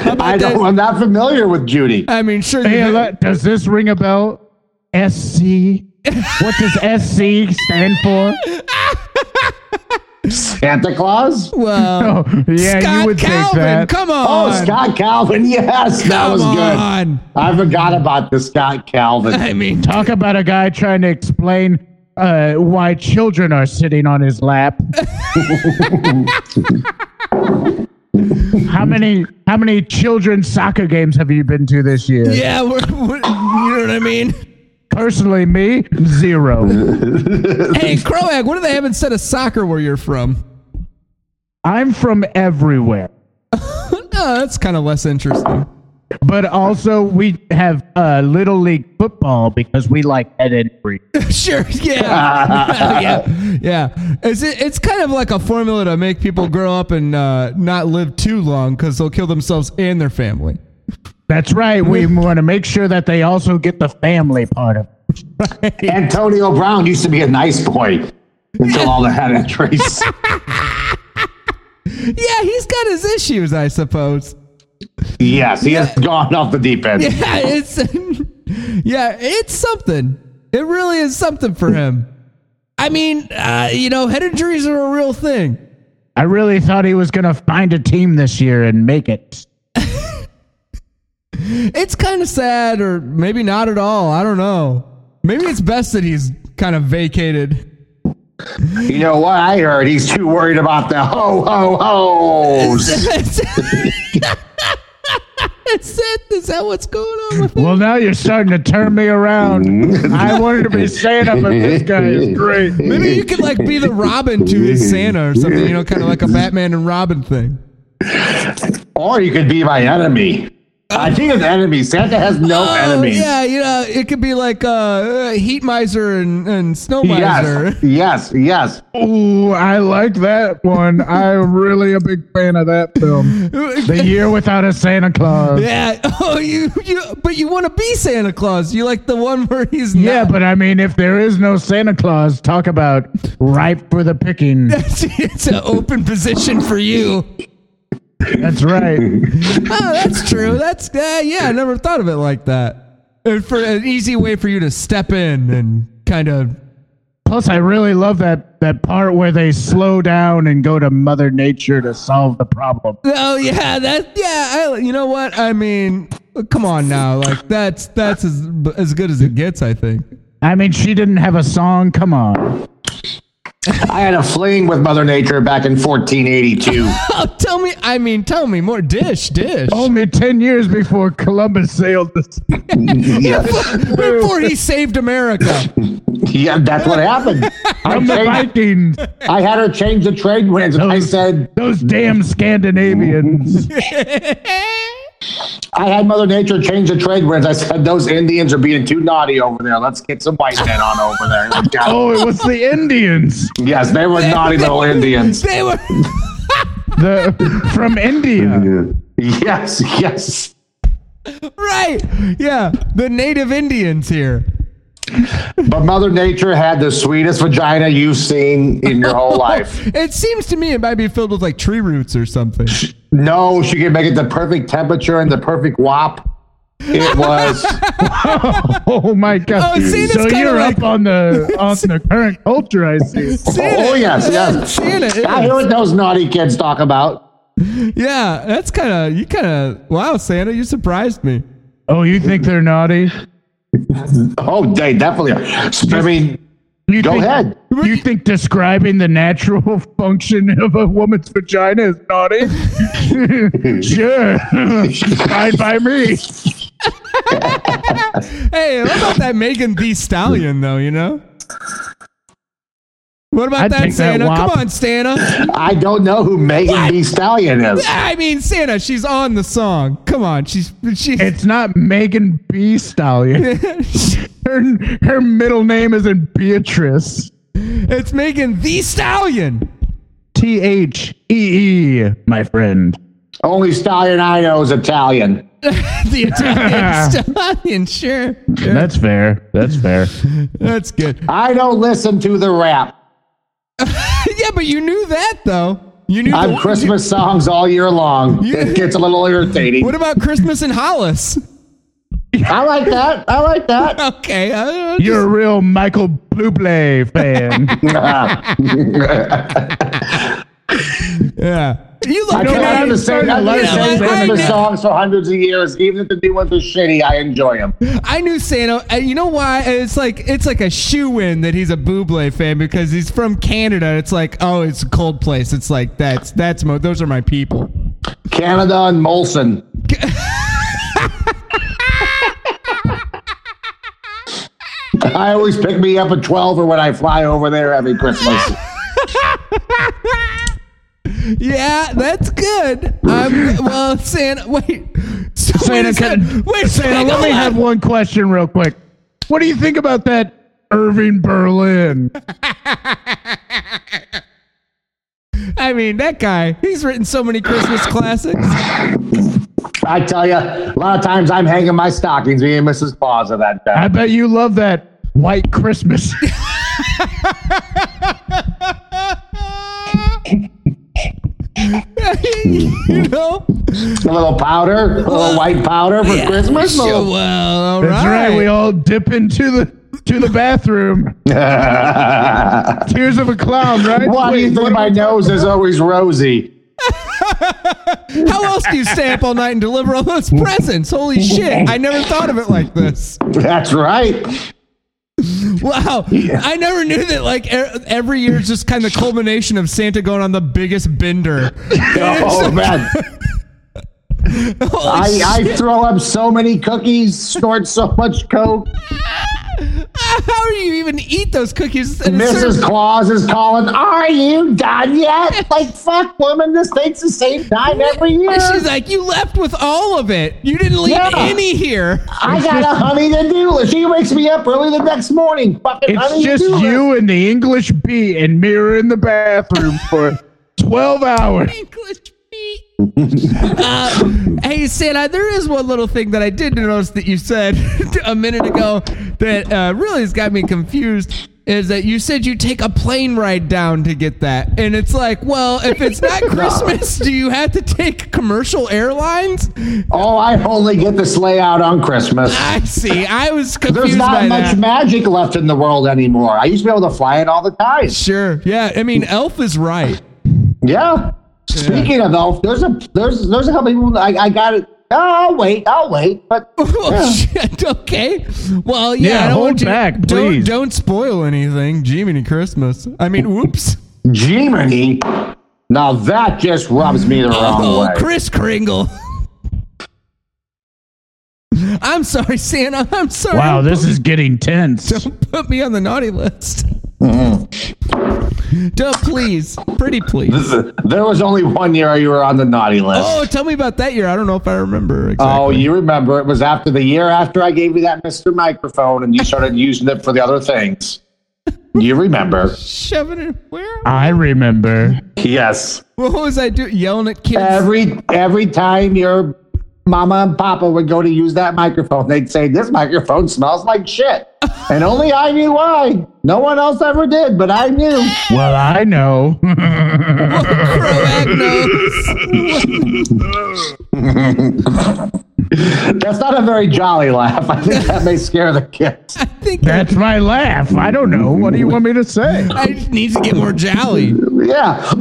S1: How about
S2: I
S1: that?
S2: don't. I'm not familiar with Judy.
S1: I mean, sure.
S3: Hey,
S1: you
S3: Ale- does this ring a bell? SC. What does SC stand for?
S2: Santa Claus.
S1: well,
S3: Oh, yeah,
S1: Scott
S3: you would
S1: Calvin.
S3: think that.
S1: Come
S2: Oh,
S1: on.
S2: Scott Calvin. Yes, that
S1: Come
S2: was good.
S1: on.
S2: I forgot about the Scott Calvin.
S1: I mean,
S3: Talk about a guy trying to explain uh, why children are sitting on his lap. how many how many children's soccer games have you been to this year?
S1: yeah, we're, we're, you know what I mean?
S3: Personally, me zero.
S1: Hey, Croag, what do they have instead of soccer where you're from?
S3: I'm from everywhere,
S1: No, that's kind of less interesting.
S3: but also we have uh, little league football because we like head injury.
S1: sure, yeah. yeah. Yeah. It's, it, it's kind of like a formula to make people grow up and uh, not live too long because they'll kill themselves and their family.
S3: That's right. We want to make sure that they also get the family part of. It.
S2: Antonio Brown used to be a nice boy until all the head injuries.
S1: Yeah, he's got his issues, I suppose.
S2: yes, he has gone off the deep end.
S1: Yeah, it's yeah, it's something. It really is something for him. I mean, uh, you know, head injuries are a real thing.
S3: I really thought he was going to find a team this year and make it.
S1: It's kind of sad, or maybe not at all. I don't know. Maybe it's best that he's kind of vacated.
S2: You know what I heard? He's too worried about the ho ho ho's.
S1: Is that, is that what's going on with
S3: Well, now you're starting to turn me around. I wanted to be Santa, but this guy is great.
S1: Maybe you could like be the Robin to his Santa or something, you know, kind of like a Batman and Robin thing.
S2: Or you could be my enemy. I think of enemy. Santa has no
S1: Oh.
S2: enemies.
S1: Uh, yeah, you know, it could be like uh, uh, Heat Miser and, and Snow Miser.
S2: Yes, yes, yes.
S3: Ooh, I like that one. I'm really a big fan of that film. The Year Without a Santa Claus. Yeah,
S1: Yeah. Oh, you, you. But you want to be Santa Claus. You like the one where he's not.
S3: but I mean, if there is no Santa Claus, talk about ripe for the picking.
S1: it's an open position for you.
S3: That's right.
S1: Oh, that's true. That's uh, yeah. I never thought of it like that. And for an easy way for you to step in and kind of.
S3: Plus, I really love that, that part where they slow down and go to Mother Nature to solve the problem.
S1: Oh yeah, that yeah. I, you know what I mean? Come on now, like that's that's as as good as it gets. I think.
S3: I mean, she didn't have a song. Come on.
S2: I had a fling with Mother Nature back in 1482.
S1: Oh, tell me. I mean, tell me more. Dish, dish.
S3: Only 10 years before Columbus sailed this.
S2: yes.
S1: Before he saved America.
S2: Yeah, that's what happened. I,
S3: I'm the
S2: changed-
S3: Vikings.
S2: I had her change the trade winds, and I said,
S3: Those damn Scandinavians.
S2: I had Mother Nature change the trade winds. I said, those Indians are being too naughty over there. Let's get some white men on over there.
S3: Oh, it was the Indians.
S2: Yes, they were naughty little Indians.
S1: They were.
S3: The from India.
S2: Yes, yes.
S1: Right. Yeah. The native Indians here.
S2: But Mother Nature had the sweetest vagina you've seen in your whole life.
S1: It seems to me it might be filled with like tree roots or something.
S2: No, she could make it the perfect temperature and the perfect wop. It was
S3: Oh my god.
S1: Oh, see, that's
S3: so
S1: kinda
S3: you're
S1: like-
S3: up on the on the current culture, I see.
S2: Oh, yes, yes.
S1: Santa is.
S2: I hear what those naughty kids talk about.
S1: Yeah, that's kind of you. Kind of wow, Santa, you surprised me.
S3: Oh, you think they're naughty?
S2: Oh, they definitely are. I mean,
S3: You
S2: go
S3: think,
S2: ahead.
S3: You think describing the natural function of a woman's vagina is naughty? sure. Fine by me.
S1: Hey, what about that Megan Thee Stallion though? You know. What about
S3: I'd
S1: that
S3: take that
S1: Santa?
S3: wop.
S1: Come on, Santa.
S2: I don't know who Megan Thee Stallion is.
S1: I mean, Santa, she's on the song. Come on, she's she's.
S3: It's not Megan B. Stallion. Her, her middle name isn't Beatrice.
S1: it's Megan Thee Stallion.
S3: T H E E, my friend.
S2: Only stallion I know is Italian.
S1: the Italian Stallion, sure.
S3: That's fair. That's fair.
S1: That's good.
S2: I don't listen to the rap.
S1: yeah, but you knew that though. You knew
S2: I'm
S1: the-
S2: Christmas songs all year long.
S1: You-
S2: It gets a little irritating.
S1: What about Christmas and Hollis?
S2: I like that. I like that.
S1: Okay. uh,
S3: You're a real Michael Bublé fan.
S1: yeah. You
S2: I
S1: look
S2: can
S1: good.
S2: I have the same, I like the same
S1: Yeah, I- I
S2: Christmas
S1: know.
S2: songs for hundreds of years. Even if the new ones are shitty, I enjoy them.
S1: I knew Santa. And you know why? It's like it's like a shoe in that he's a Buble fan because he's from Canada. It's like oh, it's a cold place. It's like that's that's mo- those are my people.
S2: Canada and Molson. I always pick me up at 12 or when I fly over there every Christmas.
S1: Yeah, that's good. Um, well, Santa, wait. So wait, a
S3: Santa,
S1: second.
S3: can-
S1: wait,
S3: Santa, let me have one question real quick. What do you think about that Irving Berlin?
S1: I mean, that guy. He's written so many Christmas classics.
S2: I tell you, a lot of times I'm hanging my stockings being Mrs. Claus of that
S3: I
S2: time.
S3: bet you love that White Christmas.
S1: you know.
S2: A little powder, a little white powder for Christmas. a
S1: So
S2: little-
S1: well, all
S3: That's right. We
S1: right.
S3: all dip into the to the bathroom. Tears of a clown, right?
S2: Why do you
S3: Wait,
S2: think
S3: what-
S2: my nose is always rosy?
S1: How else do you stay up all night and deliver all those presents? Holy shit! I never thought of it like this.
S2: That's right.
S1: Wow, I never knew that. Like e- every year is just kind of the culmination of Santa going on the biggest bender.
S2: Oh, man.
S1: Holy
S2: I,
S1: shit.
S2: I throw up so many cookies, snort so much coke.
S1: How do you even eat those cookies? And it's
S2: Mrs.
S1: served-
S2: Claus is calling. Are you done yet? Like, fuck, woman, this takes the same time every year.
S1: She's like, you left with all of it. You didn't leave
S2: Yeah.
S1: any here.
S2: I got a honey to do list. She wakes me up early the next morning. Fucking honey
S3: It's
S2: to
S3: just
S2: do list.
S3: you and the English bee and mirror in the bathroom for twelve hours.
S1: English feet. uh, hey, Santa, there is one little thing that I did notice that you said a minute ago that uh, really has got me confused. Is that you said you take a plane ride down to get that? And it's like, well, if it's not Christmas, do you have to take commercial airlines?
S2: Oh, I only get this layout on Christmas.
S1: I see. I was confused
S2: There's
S1: by
S2: not much
S1: that.
S2: magic left in the world anymore. I used to be able to fly it all the time.
S1: sure. Yeah. I mean, Elf is right.
S2: Yeah. Speaking of elf, there's a there's there's a couple people. I, I got it. Oh, I'll wait. I'll wait. But
S1: Oh
S2: Yeah.
S1: shit! Okay. Well, yeah.
S3: Yeah,
S1: I don't
S3: hold
S1: want you-
S3: back,
S1: don't,
S3: please.
S1: Don't spoil anything. Jiminy Christmas. I mean, whoops.
S2: Jiminy, now that just rubs me the wrong
S1: Oh,
S2: way.
S1: Chris Kringle. I'm sorry, Santa. I'm sorry.
S3: Wow, this is getting tense.
S1: Don't put me on the naughty list.
S2: Mm-hmm.
S1: Duh, please, pretty please.
S2: There was only one year you were on the naughty list.
S1: Oh,
S2: Oh,
S1: tell me about that year. I don't know if I remember exactly.
S2: you remember it was after the year after I gave you that Mr. Microphone and you started using it for the other things. You remember?
S1: shoving it where?
S3: I remember.
S2: Yes.
S1: What was I doing? Yelling at kids.
S2: Every every time your mama and papa would go to use that microphone, they'd say, This microphone smells like shit. And only I knew why. No one else ever did, but I knew.
S3: Well, I know.
S1: Crowagnos.
S2: That's not a very jolly laugh. I think that may scare the kids.
S1: I think I
S3: That's my laugh. I don't know. What do you want me to say?
S1: I just need to get more jolly.
S2: Yeah.
S1: Oh,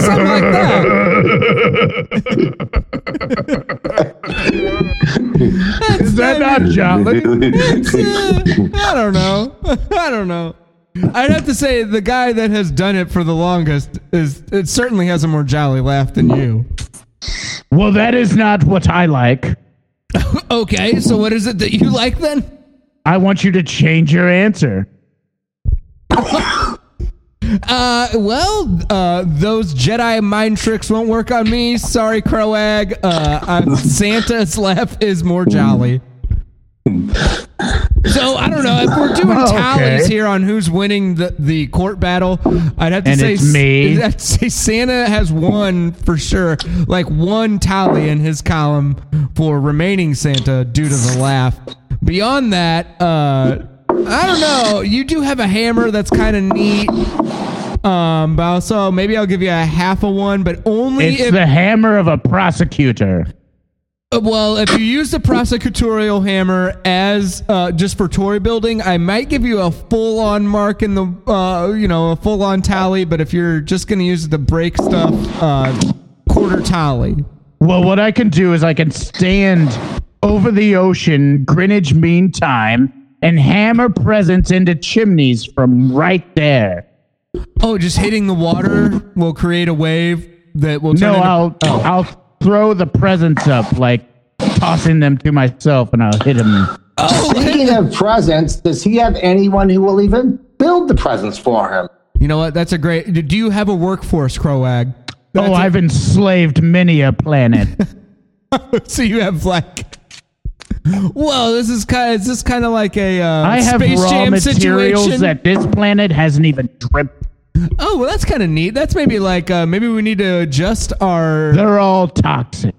S1: something like that.
S3: Is that not jolly?
S1: It's, uh, I don't know. I don't know. I'd have to say the guy that has done it for the longest is it certainly has a more jolly laugh than you.
S3: Well, that is not what I like.
S1: Okay, so what is it that you like then?
S3: I want you to change your answer.
S1: Uh, well, uh, those Jedi mind tricks won't work on me. Sorry, Croag. Uh, I'm, Santa's laugh is more jolly. So I don't know if we're doing
S3: Okay.
S1: tallies here on who's winning the, the court battle. I'd have to
S3: And
S1: say
S3: it's me.
S1: I'd have to say Santa has one for sure, like one tally in his column for remaining Santa due to the laugh. Beyond that, uh, I don't know. You do have a hammer that's kind of neat. Um, but also maybe I'll give you a half a one, but only
S3: It's
S1: if
S3: the hammer of a prosecutor.
S1: Uh, Well, if you use the prosecutorial hammer as uh, just for Tory building, I might give you a full-on mark in the uh, you know a full-on tally. But if you're just going to use the break stuff, uh, quarter tally.
S3: Well, what I can do is I can stand over the ocean, Greenwich Mean Time, and hammer presents into chimneys from right there.
S1: Oh, just hitting the water will create a wave that will turn.
S3: No,
S1: into-
S3: I'll I'll throw the presents up, like tossing them to myself, and I'll hit them.
S2: Speaking of presents, does he have anyone who will even build the presents for him?
S1: You know what? That's a great. Do you have a workforce, Croag?
S3: Oh,
S1: That's
S3: I've enslaved many a planet.
S1: a- so you have like. Whoa, this is kind. Of, is this kind of like a uh,
S3: I have
S1: Space
S3: raw
S1: Jam
S3: materials
S1: situation?
S3: that this planet hasn't even dripped.
S1: Oh well, that's kind of neat. That's maybe like uh, maybe we need to adjust our.
S3: They're all toxic.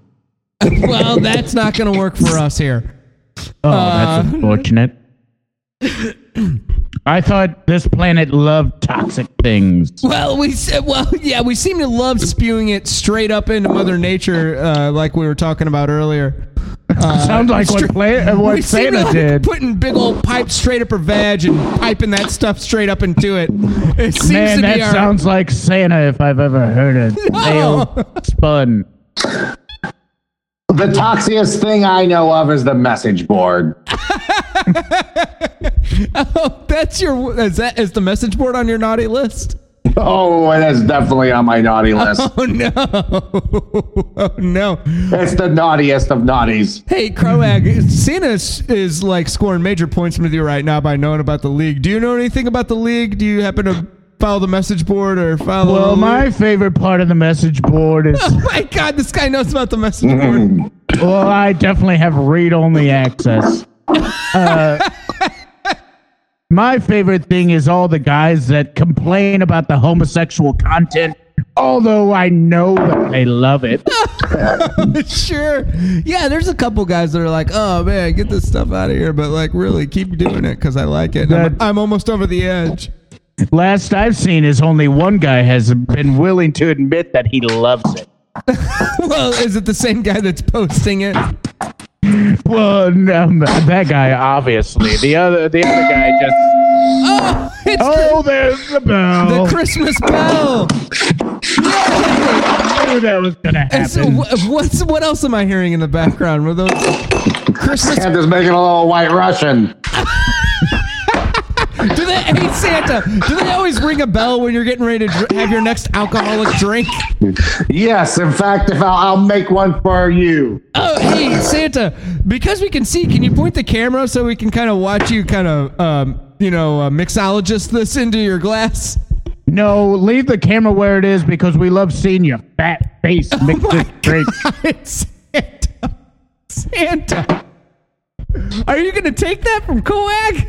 S1: Well, that's not going to work for us here.
S3: Oh,
S1: Uh,
S3: that's unfortunate. I thought this planet loved toxic things.
S1: Well, we se- well yeah we seem to love spewing it straight up into Mother Nature, uh, like we were talking about earlier.
S3: Sounds like
S1: str-
S3: what, pla- uh,
S1: we
S3: what
S1: seem to
S3: Santa
S1: like
S3: did.
S1: putting big old pipes straight up her vag and piping that stuff straight up into it. It seems
S3: Man,
S1: to
S3: that
S1: be our.
S3: sounds like Santa if I've ever heard a tale spun.
S2: The toxiest thing I know of is the message board.
S1: oh, that's your is that is the message board on your naughty list?
S2: Oh, and that's definitely on my naughty list.
S1: Oh no! oh no!
S2: It's the naughtiest of naughties.
S1: Hey, Croag, Santa is, is like scoring major points with you right now by knowing about the league. Do you know anything about the league? Do you happen to follow the message board or follow?
S3: Well,
S1: the
S3: my
S1: league?
S3: favorite part of the message board is
S1: Oh my God, this guy knows about the message board.
S3: well, I definitely have read only access. Uh, my favorite thing is all the guys that complain about the homosexual content, although I know that they love it.
S1: sure. Yeah, there's a couple guys that are like, "Oh man, get this stuff out of here," but like, really, keep doing it because I like it. And I'm,
S3: That-
S1: I'm almost over the edge.
S3: Last I've seen is only one guy has been willing to admit that he loves it.
S1: Well, is it the same guy that's posting it?
S3: Well, no, that guy obviously. The other, the other guy just.
S1: Oh, it's
S3: Oh, there's the bell.
S1: the Christmas bell.
S3: I knew that was gonna
S1: And so,
S3: happen.
S1: wh- what's what else am I hearing in the background? Were those Christmas?
S2: Kent is making a little white Russian.
S1: Do they? Hey Santa, do they always ring a bell when you're getting ready to dr- have your next alcoholic drink?
S2: Yes, in fact, if I'll, I'll make one for you.
S1: Oh, hey Santa, because we can see, can you point the camera so we can kind of watch you, kind of, um, you know, uh, mixologist this into your glass?
S3: No, leave the camera where it is because we love seeing your fat face mixed with drink.
S1: Santa, Santa, are you gonna take that from Coag?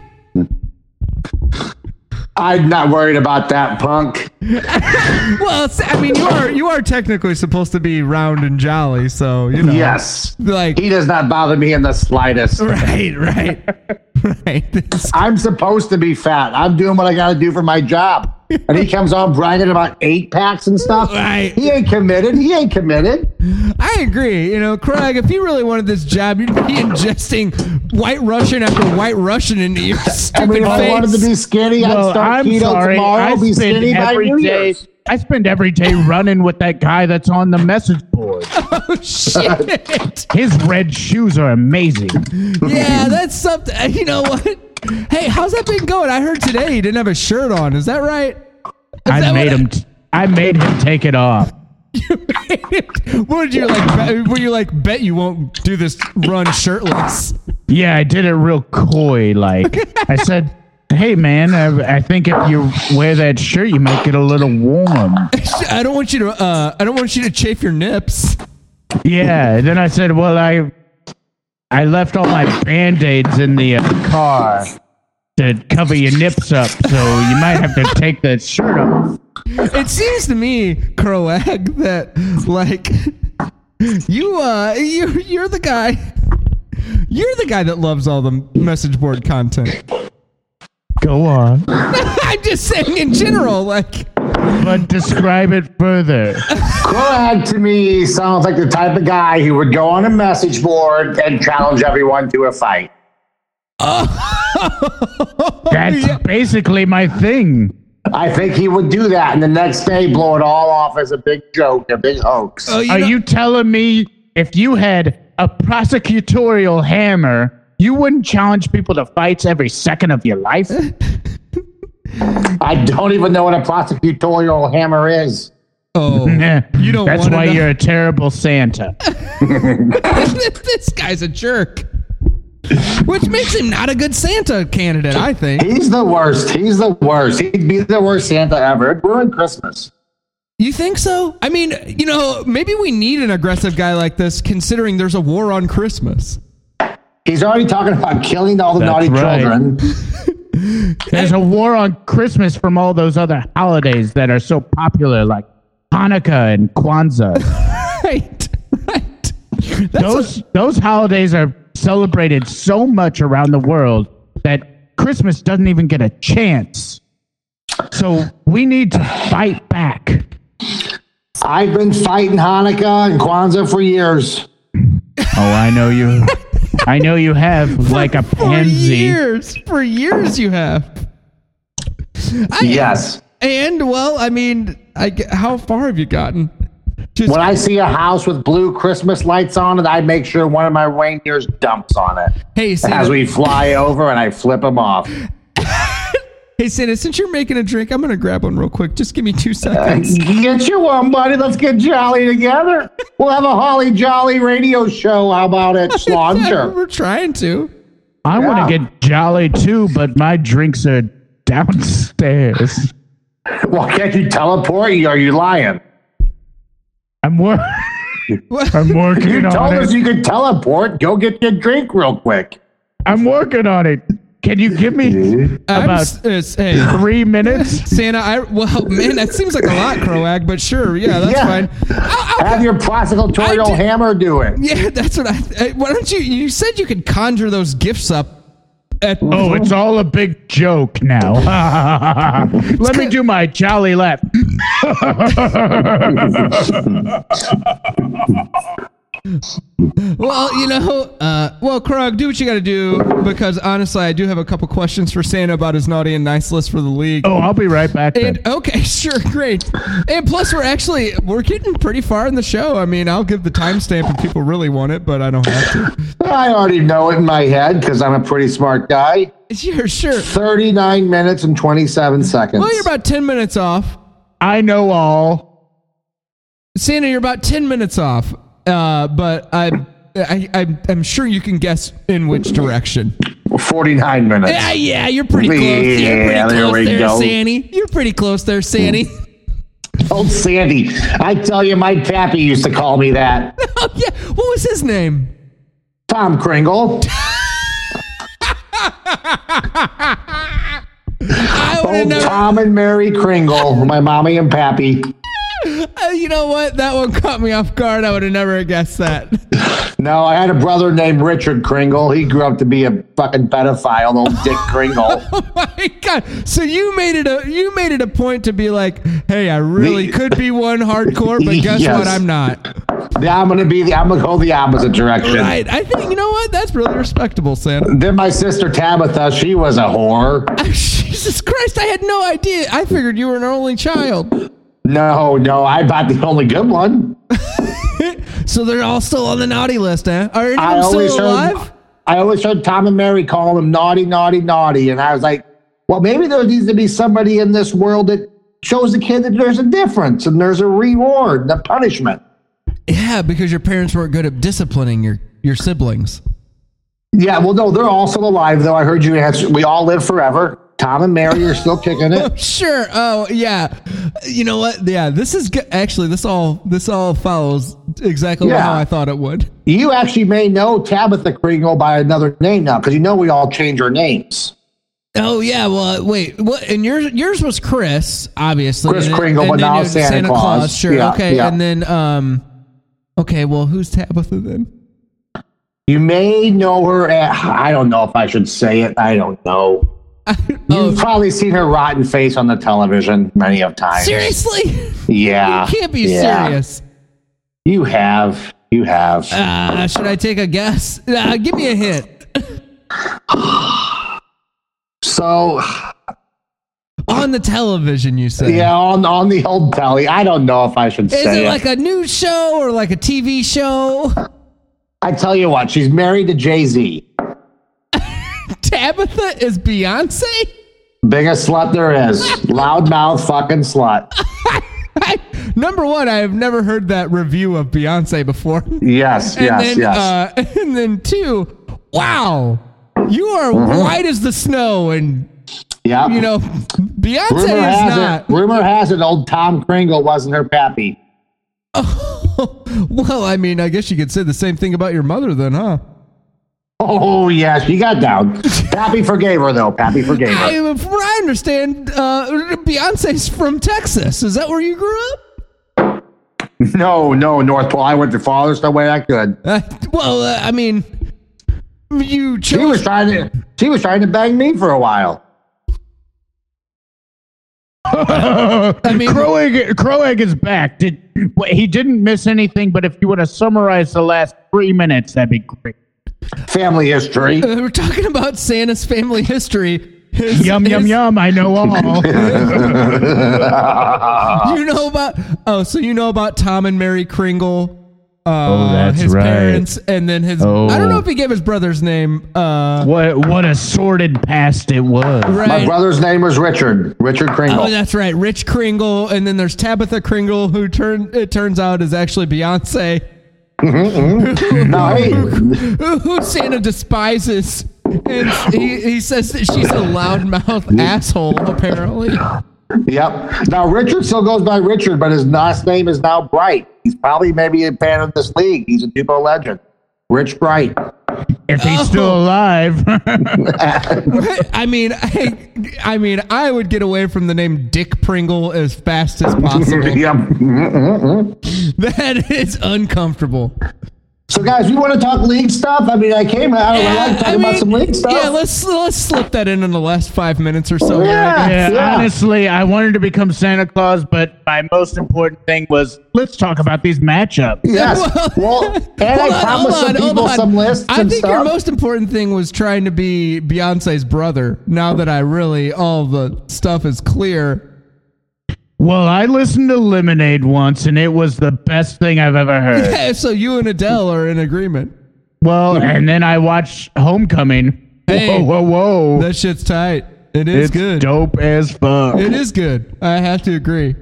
S2: I'm not worried about that, punk.
S1: Well, it's- I mean, you are you are technically supposed to be round and jolly, so you know.
S2: Yes.
S1: Like
S2: He does not bother me in the slightest.
S1: right, right, right. This-
S2: I'm supposed to be fat. I'm doing what I got to do for my job. And he comes on bragging about eight packs and stuff.
S1: Right.
S2: He ain't committed. He ain't committed.
S1: I agree. You know, Craig, if you really wanted this job, you'd be ingesting White Russian after White Russian into your
S2: I
S1: stupid
S2: mean, if I wanted to be
S1: face.
S2: skinny, I'd
S3: Well,
S2: start
S3: I'm
S2: keto
S3: sorry.
S2: tomorrow.
S3: I
S2: be
S3: spend
S2: skinny by
S3: every
S2: New
S3: day-
S2: Year's.
S3: I spend every day running with that guy that's on the message board.
S1: Oh shit!
S3: His red shoes are amazing.
S1: yeah, that's something. You know what? Hey, how's that been going? I heard today he didn't have a shirt on. Is that right?
S3: I
S1: that
S3: made
S1: what-
S3: him. T- I made him take it off.
S1: what did you like? Bet, were you like bet you won't do this run shirtless?
S3: Yeah, I did it real coy. Like I said, "Hey, man, I, I think if you wear that shirt, you might get a little warm."
S1: I don't want you to. Uh, I don't want you to chafe your nips.
S3: Yeah. Then I said, "Well, I I left all my band aids in the uh, car to cover your nips up, so you might have to take that shirt off."
S1: It seems to me, Croag, that like you, uh, you, you're the guy. You're the guy that loves all the message board content.
S3: Go on.
S1: I'm just saying in general, like
S3: but describe it further.
S2: Kroag to me sounds like the type of guy who would go on a message board and challenge everyone to a fight.
S3: That's basically my thing.
S2: I think he would do that, and the next day blow it all off as a big joke, a big hoax.
S1: Oh, you
S3: Are
S1: know-
S3: you telling me if you had a prosecutorial hammer, you wouldn't challenge people to fights every second of your life?
S2: I don't even know what a prosecutorial hammer is.
S1: Oh,
S3: you
S1: don't
S3: That's
S1: wanna
S3: why
S1: know.
S3: you're a terrible Santa.
S1: this guy's a jerk. Which makes him not a good Santa candidate, I think.
S2: He's the worst. He's the worst. He'd be the worst Santa ever. It ruined Christmas.
S1: You think so? I mean, you know, maybe we need an aggressive guy like this considering there's a war on Christmas.
S2: He's already talking about killing all the
S3: That's
S2: naughty
S3: right.
S2: children.
S3: There's a war on Christmas from all those other holidays that are so popular, like Hanukkah and Kwanzaa.
S1: Right. Right.
S3: those those holidays are celebrated so much around the world that Christmas doesn't even get a chance. So we need to fight back.
S2: I've been fighting Hanukkah and Kwanzaa for years.
S3: Oh, I know you. I know you have like a
S1: For
S3: pansy.
S1: years. For years you have. I,
S2: Yes.
S1: And well, I mean, I g how far have you gotten? Just
S2: When I see a house with blue Christmas lights on it, I make sure one of my reindeers dumps on it
S1: hey, Santa,
S2: as we fly over and I flip them off.
S1: hey Santa, since you're making a drink, I'm gonna grab one real quick. Just give me two seconds.
S2: Get you one, buddy. Let's get jolly together. We'll have a holly jolly radio show. How about it, Slaughter?
S1: We're trying to.
S3: I want to
S2: Yeah.
S3: get jolly too, but my drinks are downstairs.
S2: Well, can't you teleport? Are you lying?
S3: I'm wor- I'm working
S2: You
S3: on
S2: told
S3: it.
S2: us you could teleport. Go get your drink real quick.
S3: I'm working on it. Can you give me
S1: I'm
S3: About-
S1: s- it's- hey,
S3: three minutes?
S1: Santa, I well, man, that seems like a lot, Croag, but sure, yeah, that's
S2: Yeah.
S1: fine. I'll, I'll,
S2: Have your
S1: I
S2: prosecutorial
S1: did-
S2: hammer do it.
S1: yeah, that's what I. hey, Why don't you? You said you could conjure those gifts up. At,
S3: Oh, it's all a big joke now. Let me do my jolly lap.
S1: Well, you know, uh, well, Krog, do what you got to do because honestly, I do have a couple questions for Santa about his naughty and nice list for the league.
S3: Oh, I'll be right back. Then.
S1: And okay, sure, great. And plus, we're actually we're getting pretty far in the show. I mean, I'll give the timestamp if people really want it, but I don't have to.
S2: I already know it in my head because I'm a pretty smart guy.
S1: Sure, sure.
S2: 39 minutes and 27 seconds.
S1: Well, you're about ten minutes off.
S3: I know all.
S1: Santa, you're about ten minutes off, uh, but I, I, I, I'm sure you can guess in which direction.
S2: 49 minutes.
S1: Yeah, yeah, you're pretty close. you're pretty
S2: Yeah, there
S1: close
S2: we
S1: there,
S2: go.
S1: Sandy. You're pretty close there, Sandy.
S2: Old Sandy. I tell you, my pappy used to call me that.
S1: oh yeah, what was his name?
S2: Tom Kringle.
S1: I would have
S2: Old
S1: never.
S2: Tom and Mary Kringle, my mommy and pappy.
S1: Uh, you know what? That one caught me off guard. I would have never guessed that.
S2: No, I had a brother named Richard Kringle. He grew up to be a fucking pedophile, old Dick Kringle.
S1: Oh my god! So you made it a you made it a point to be like, hey, I really
S2: The-
S1: could be one hardcore, but guess
S2: Yes.
S1: what? I'm not.
S2: Yeah, I'm gonna be the I'm gonna go the opposite direction.
S1: Right? I think you know what? That's really respectable, Santa.
S2: Then my sister Tabitha, she was a whore.
S1: Jesus Christ! I had no idea. I figured you were an only child.
S2: No, no, I bought the only good one.
S1: So they're all still on the naughty list, eh? Are any of
S2: I
S1: them
S2: always
S1: still
S2: heard
S1: alive?
S2: I always heard Tom and Mary call him naughty, naughty, naughty. And I was like, well, maybe there needs to be somebody in this world that shows the kid that there's a difference and there's a reward and a punishment.
S1: Yeah, because your parents weren't good at disciplining your your siblings.
S2: Yeah, well, no, they're all still alive, though. I heard you answer. We all live forever. Tom and Mary are still kicking it.
S1: Sure. Oh, yeah. You know what? Yeah, this is good. actually this all this all follows exactly
S2: Yeah.
S1: how I thought it would.
S2: You actually may know Tabitha Kringle by another name now because you know we all change our names.
S1: Oh yeah, well uh, wait, what? And yours yours was Chris, obviously.
S2: Chris
S1: and,
S2: Kringle, but
S1: then
S2: now
S1: it was
S2: Santa Claus.
S1: Sure,
S2: Yeah,
S1: okay,
S2: yeah.
S1: and then um, okay, well who's Tabitha then?
S2: You may know her at, I don't know if I should say it. I don't know.
S1: Oh,
S2: You've probably seen her rotten face on the television many of times.
S1: Seriously?
S2: Yeah.
S1: You can't be
S2: yeah.
S1: serious.
S2: You have. You have.
S1: Uh, should I take a guess? Uh, give me a hint.
S2: so
S1: On the television, you said.
S2: yeah, on on the old telly. I don't know if I should
S1: Is
S2: say
S1: it
S2: it.
S1: like a news show or like a TV show?
S2: I tell you what, she's married to Jay Z,
S1: Tabitha is Beyonce?
S2: biggest slut there is, loudmouth fucking slut.
S1: I, number one, I have never heard that review of Beyonce before.
S2: Yes,
S1: And
S2: yes,
S1: then,
S2: yes.
S1: Uh, and then two, wow, you are
S2: Mm-hmm.
S1: white as the snow, and
S2: yeah.
S1: you know, Beyonce
S2: rumor
S1: is
S2: has
S1: not.
S2: it. Rumor has it, old Tom Kringle wasn't her pappy.
S1: well, I mean, I guess you could say the same thing about your mother, then, huh?
S2: Oh yes, she got down. Pappy forgave her though. Pappy forgave her.
S1: I, from what I understand, uh, Beyonce's from Texas. Is that where you grew up?
S2: No, no, North Pole. I went to Fallers the way I could.
S1: Uh, well, uh, I mean, you
S2: She
S1: chose.
S2: was trying to. She was trying to bang me for a while.
S1: I mean,
S3: Kroeg, Kroeg is back. Did wait, he didn't miss anything? But if you would have summarized the last three minutes, that'd be great.
S2: Family history.
S1: uh, we're talking about Santa's family history. His-
S3: Yum yum
S1: his-
S3: yum. I know all.
S1: You know about oh, so you know about Tom and Mary Kringle. Uh,
S3: Oh, that's
S1: his
S3: right.
S1: parents, and then his.
S3: Oh.
S1: I don't know if he gave his brother's name. Uh,
S3: what what a sordid past it was.
S2: My
S1: right.
S2: brother's name was Richard. Richard Kringle.
S1: Oh, that's right, Rich Kringle, and then there's Tabitha Kringle, who turn it turns out is actually Beyonce,
S2: no, hey,
S1: who, who Santa despises. And he, he says that she's a loudmouth asshole, apparently.
S2: yep. Now Richard still goes by Richard, but his last name is now Bright. He's probably maybe a fan of this league. He's a Dupo legend. Rich Bright.
S3: If he's
S1: Oh.
S3: still alive,
S1: I mean, I, I mean, I would get away from the name Dick Pringle as fast as possible.
S2: Yep.
S1: That is uncomfortable.
S2: So guys, we want to talk league stuff. I mean, I came. I, I like talking about
S1: mean,
S2: some league stuff.
S1: Yeah, let's let's slip that in in the last five minutes or so.
S2: Yeah.
S3: yeah,
S2: Yeah.
S3: honestly, I wanted to become Santa Claus, but my most important thing was let's talk about these matchups.
S2: Yes. Well, and
S1: Hold
S2: I
S1: on,
S2: promised
S1: hold
S2: some
S1: on, hold
S2: people
S1: on.
S2: some lists
S1: I
S2: and
S1: think
S2: stuff.
S1: your most important thing was trying to be Beyonce's brother. Now that I really all the stuff is clear.
S3: Well, I listened to Lemonade once, and it was the best thing I've ever heard.
S1: Yeah, so you and Adele are in agreement.
S3: Well, and then I watched Homecoming.
S1: Hey.
S3: whoa, whoa, whoa!
S1: That shit's tight. It is
S3: It's
S1: good.
S3: dope as fuck.
S1: It is good. I have to agree.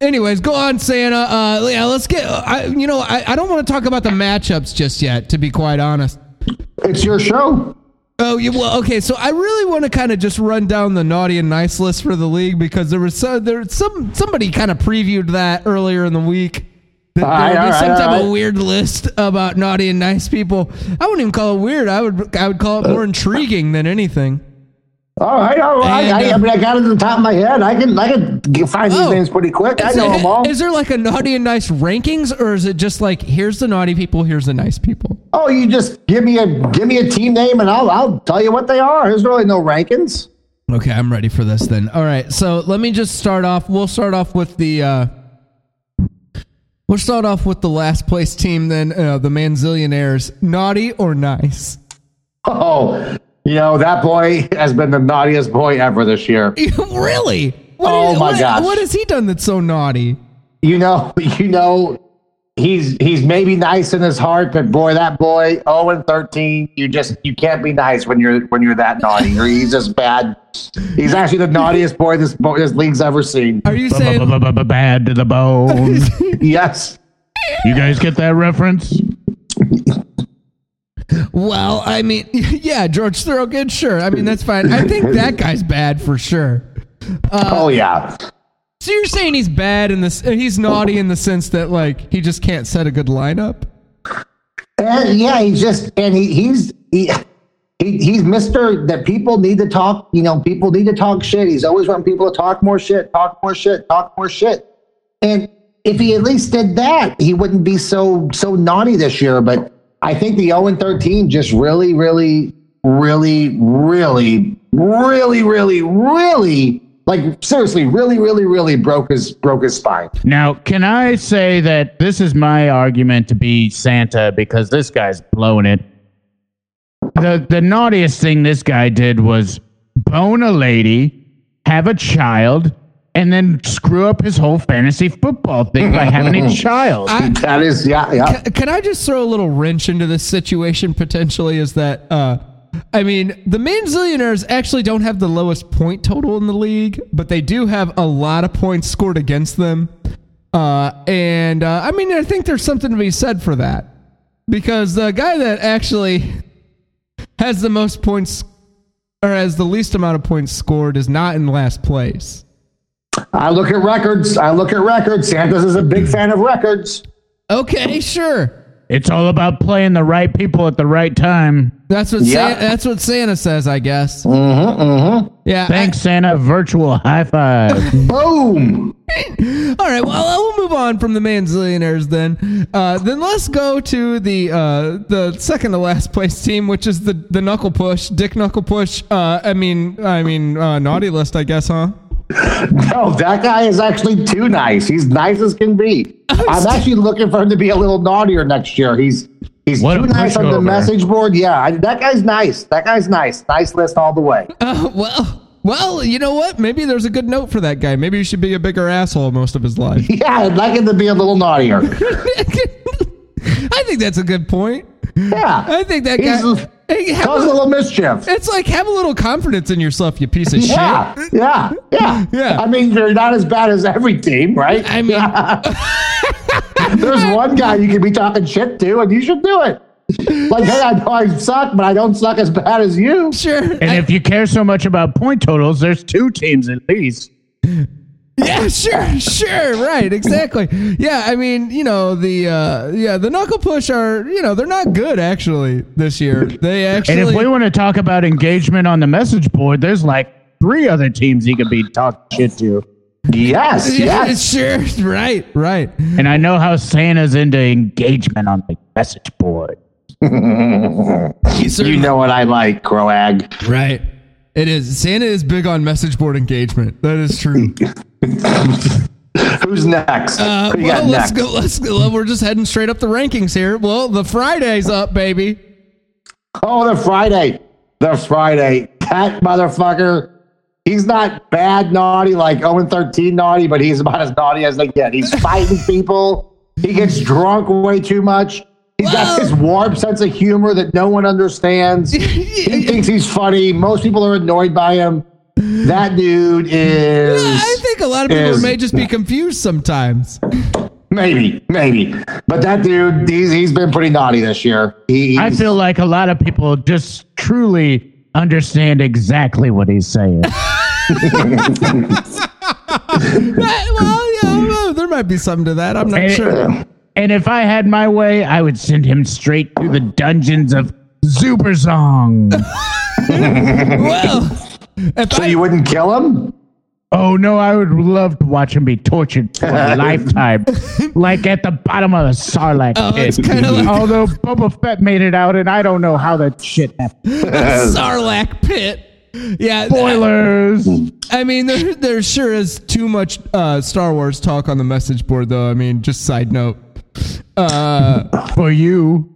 S1: Anyways, go on, Santa. Uh, yeah, let's get. I, you know, I, I don't want to talk about the matchups just yet. To be quite honest.
S2: it's your show.
S1: Oh yeah, well, okay. So I really want to kind of just run down the naughty and nice list for the league because there was so, there some somebody kind of previewed that earlier in the week. That
S2: All right,
S1: there would be
S2: all
S1: some
S2: right,
S1: type
S2: all
S1: of
S2: right.
S1: weird list about naughty and nice people. I wouldn't even call it weird. I would I would call it more intriguing than anything.
S2: All right, all right.
S1: And,
S2: Oh, I, I
S1: uh,
S2: mean, I got it to the top of my head. I can, I can g- find these
S1: Oh.
S2: names pretty quick. I
S1: Is
S2: know
S1: it-
S2: them all.
S1: Is there like a naughty and nice rankings, or is it just like here's the naughty people, here's the nice people?
S2: Oh, you just give me a give me a team name, and I'll I'll tell you what they are. There's really no rankings.
S1: Okay, I'm ready for this then. All right, so let me just start off. We'll start off with the. Uh, we'll start off with the last place team then, uh, the Manzillionaires. Naughty or nice?
S2: Oh, you know that boy has been the naughtiest boy ever this year.
S1: really? What
S2: Oh my
S1: what,
S2: gosh.
S1: What has he done that's so naughty?
S2: You know, you know, he's he's maybe nice in his heart, but boy, that boy, oh and thirteen, you just you can't be nice when you're when you're that naughty. Or he's just bad. He's actually the naughtiest boy this boy this league's ever seen.
S1: Are you saying?
S3: Bad to the bone.
S2: Yes.
S3: You guys get that reference?
S1: Well, I mean, yeah, George Thorogood, sure. I mean, that's fine. I think that guy's bad for sure.
S2: oh yeah.
S1: So you're saying he's bad in this? uh, He's naughty in the sense that like he just can't set a good lineup.
S2: And, yeah, he's just and he, he's he, he he's Mister that people need to talk. You know, people need to talk shit. He's always wanting people to talk more shit, talk more shit, talk more shit. And if he at least did that, he wouldn't be so so naughty this year. But I think the zero and thirteen just really, really, really, really really, really, really, like seriously, really, really, really broke his broke his spine.
S3: Now, can I say that this is my argument to be Santa because this guy's blowing it? The the naughtiest thing this guy did was bone a lady, have a child, and then screw up his whole fantasy football thing by having a child.
S1: I-
S2: That is, yeah, yeah.
S1: Can- Can I just throw a little wrench into this situation potentially? Is that uh I mean, the Manzillionaires actually don't have the lowest point total in the league, but they do have a lot of points scored against them. Uh, and uh, I mean, I think there's something to be said for that because the guy that actually has the most points or has the least amount of points scored is not in last place.
S2: I look at records. I look at records. Santos is a big fan of records.
S1: Okay, sure.
S3: It's all about playing the right people at the right time.
S1: That's what
S2: Yeah.
S1: San- that's what Santa says, I guess.
S2: Mm-hmm, mm-hmm.
S1: Yeah. I-
S3: Thanks, Santa. Virtual high five.
S2: Boom.
S1: All right, well, we'll move on from the Manzillionaires then. Uh, then let's go to the uh, the second to last place team, which is the, the Knuckle Push, Dick Knuckle Push. Uh, I mean, I mean, uh, Naughty List, I guess, huh?
S2: No, that guy is actually too nice. He's nice as can be. I'm actually looking for him to be a little naughtier next year. He's he's
S3: What
S2: too
S3: a
S2: nice on the
S3: pushover.
S2: message board. Yeah, I, that guy's nice. That guy's nice. Nice list all the way.
S1: Uh, well, well, you know what? Maybe there's a good note for that guy. Maybe he should be a bigger asshole most of his life.
S2: Yeah, I'd like him to be a little naughtier.
S1: I think that's a good point.
S2: Yeah,
S1: I think that guy.
S2: He's a-
S1: Hey, have
S2: cause a
S1: a-
S2: little mischief.
S1: it's like have a little confidence in yourself, you piece of shit.
S2: Yeah, yeah, yeah,
S1: Yeah.
S2: I mean, they're not as bad as every team, right?
S1: I mean-
S2: there's one guy you can be talking shit to, and you should do it. Like, hey, I know I suck, but I don't suck as bad as you.
S1: Sure.
S3: And
S1: I-
S3: if you care so much about point totals, there's two teams at least.
S1: Yeah, sure, sure, right, exactly. Yeah, I mean, you know, the uh yeah, the knuckle push are, you know, they're not good actually this year. They actually
S3: And if we want to talk about engagement on the message board, there's like three other teams you could be talking shit to.
S2: Yes,
S1: yeah,
S2: yes.
S1: sure, right, right.
S3: And I know how Santa's into engagement on the message board.
S2: You know what I like, Croag.
S1: Right. It is. Santa is big on message board engagement. That is true.
S2: Who's next?
S1: Uh,
S2: Who you
S1: well,
S2: got
S1: let's
S2: next?
S1: go. Let's go. Well, We're just heading straight up the rankings here. Well, the Friday's up, baby.
S2: Oh, the Friday. The Friday. That motherfucker. He's not bad naughty, like 0 and 13 naughty, but he's about as naughty as they get. He's fighting people. He gets drunk way too much. He's got this warped sense of humor that no one understands. he thinks he's funny. Most people are annoyed by him. That dude is.
S1: I think a lot of people
S2: is-
S1: may just be confused sometimes.
S2: Maybe, maybe. But that dude, he's, he's been pretty naughty this year. He,
S3: I
S2: he's-
S3: feel like a lot of people just truly understand exactly what he's saying.
S1: That- well, yeah, I don't know. there might be something to that. I'm not
S3: And-
S1: sure.
S3: And if I had my way, I would send him straight to the dungeons of Zuberzong.
S1: Well, if
S2: So
S1: I,
S2: you wouldn't kill him?
S3: Oh no, I would love to watch him be tortured for a lifetime, like at the bottom of a Sarlacc
S1: Oh, it's
S3: pit.
S1: kinda like-
S3: Although Boba Fett made it out, and I don't know how that shit happened.
S1: Sarlacc pit. Yeah,
S3: Spoilers.
S1: I mean, there, there sure is too much uh, Star Wars talk on the message board, though. I mean, just side note. Uh,
S3: for you.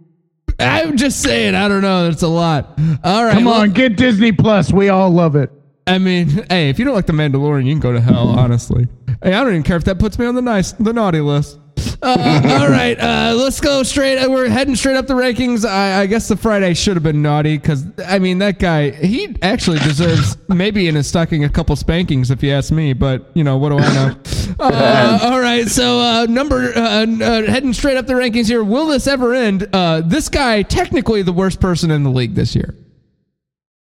S1: I'm just saying, I don't know. That's a lot. All right.
S3: Come
S1: well,
S3: on, get Disney Plus. We all love it.
S1: I mean, hey, if you don't like The Mandalorian, you can go to hell, honestly. Hey, I don't even care if that puts me on the nice, the naughty list. Uh, all right, uh, let's go straight. uh, We're heading straight up the rankings. I, I guess the Friday should have been naughty because I mean that guy. He actually deserves maybe in his stocking a couple spankings if you ask me. But you know what do I know? Uh, all right, so uh, number uh, uh, heading straight up the rankings here. Will this ever end? Uh, this guy technically the worst person in the league this year.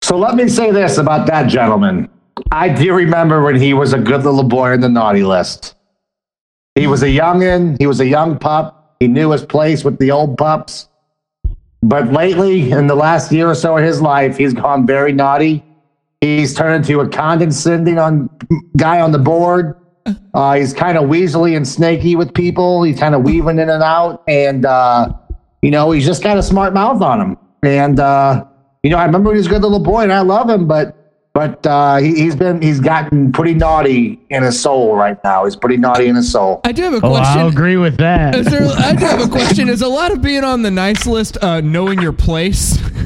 S2: So let me say this about that gentleman. I do remember when he was a good little boy in the naughty list. He was a youngin', he was a young pup. He knew his place with the old pups. But lately, in the last year or so of his life, he's gone very naughty. He's turned into a condescending on guy on the board. Uh, he's kind of weaselly and snaky with people. He's kind of weaving in and out, and uh, you know he's just got a smart mouth on him. And uh, you know I remember he was a good little boy, and I love him, but but uh, he, he's been he's gotten pretty naughty in his soul right now. He's pretty naughty in his soul.
S1: I do have a
S3: Oh, I'll
S1: question.
S3: agree with that.
S1: Is there, I do have a question. Is a lot of being on the nice list uh, knowing your place?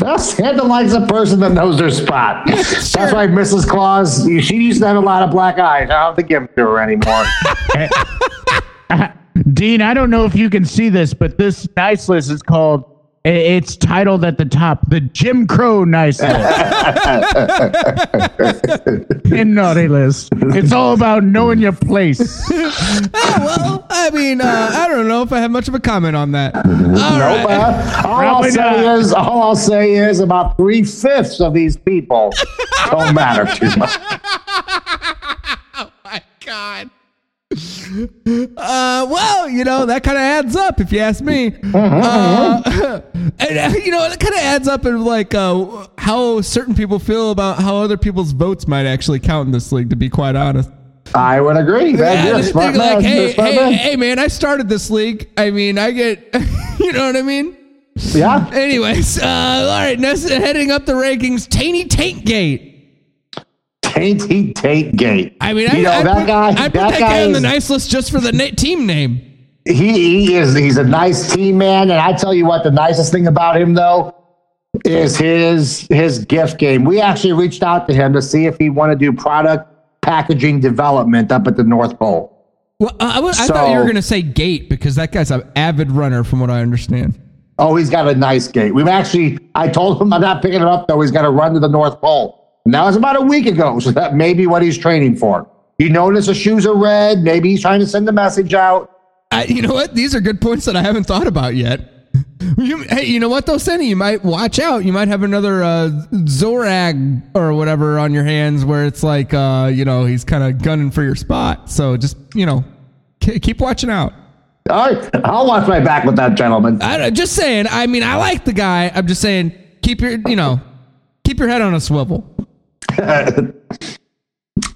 S2: Well, Santa likes a person that knows their spot. That's why Mrs. Claus she used to have a lot of black eyes. I don't think give them to her anymore.
S3: Dean, I don't know if you can see this, but this nice list is called. i- It's titled at the top, the Jim Crow nice list. and naughty list. It's all about knowing your place.
S1: Ah, well, I mean, uh, I don't know if I have much of a comment on that. All right.
S2: Uh, all I'll
S3: Probably
S2: say
S3: not.
S2: is, all I'll say is, about three fifths of these people don't matter too much.
S1: Oh my god. Uh, well, you know that kind of adds up if you ask me.
S2: Uh-huh.
S1: Uh, and uh, you know it kind of adds up in like uh, how certain people feel about how other people's votes might actually count in this league. To be quite honest,
S2: I would agree. Man,
S1: Yeah,
S2: you're a
S1: they
S2: Oh, smart
S1: think like,
S2: man. You're a
S1: hey,
S2: smart
S1: hey,
S2: man.
S1: hey, man, I started this league. I mean, I get, you know what I mean.
S2: Yeah.
S1: Anyways, uh, all right, next, heading up the rankings, Taney Tankgate.
S2: Tainty Tate Gate.
S1: I mean, I,
S2: you know,
S1: I
S2: that
S1: put,
S2: guy,
S1: I put that, guy on
S2: is,
S1: the nice list just for the na- team name.
S2: he, he is, he's a nice team man. And I tell you what, the nicest thing about him, though, is his, his gift game. We actually reached out to him to see if he wanted to do product packaging development up at the North Pole.
S1: Well, uh, I, I was- I thought you were
S2: So-
S1: going to say gate because that guy's an avid runner, from what I understand.
S2: Oh, he's got a nice gait. We've actually, I told him I'm not picking him up though. He's got to run to the North Pole. And that was about a week ago. So that may be what he's training for. You notice the shoes are red. Maybe he's trying to send a message out.
S1: I, you know what? These are good points that I haven't thought about yet. You, hey, you know what though, Senny? You might watch out. You might have another uh, Zorag or whatever on your hands, where it's like, uh, you know, he's kind of gunning for your spot. So just, you know, k- keep watching out.
S2: All right, I'll watch my back with that gentleman.
S1: I, I'm just saying. I mean, I like the guy. I'm just saying, keep your, you know, keep your head on a swivel. All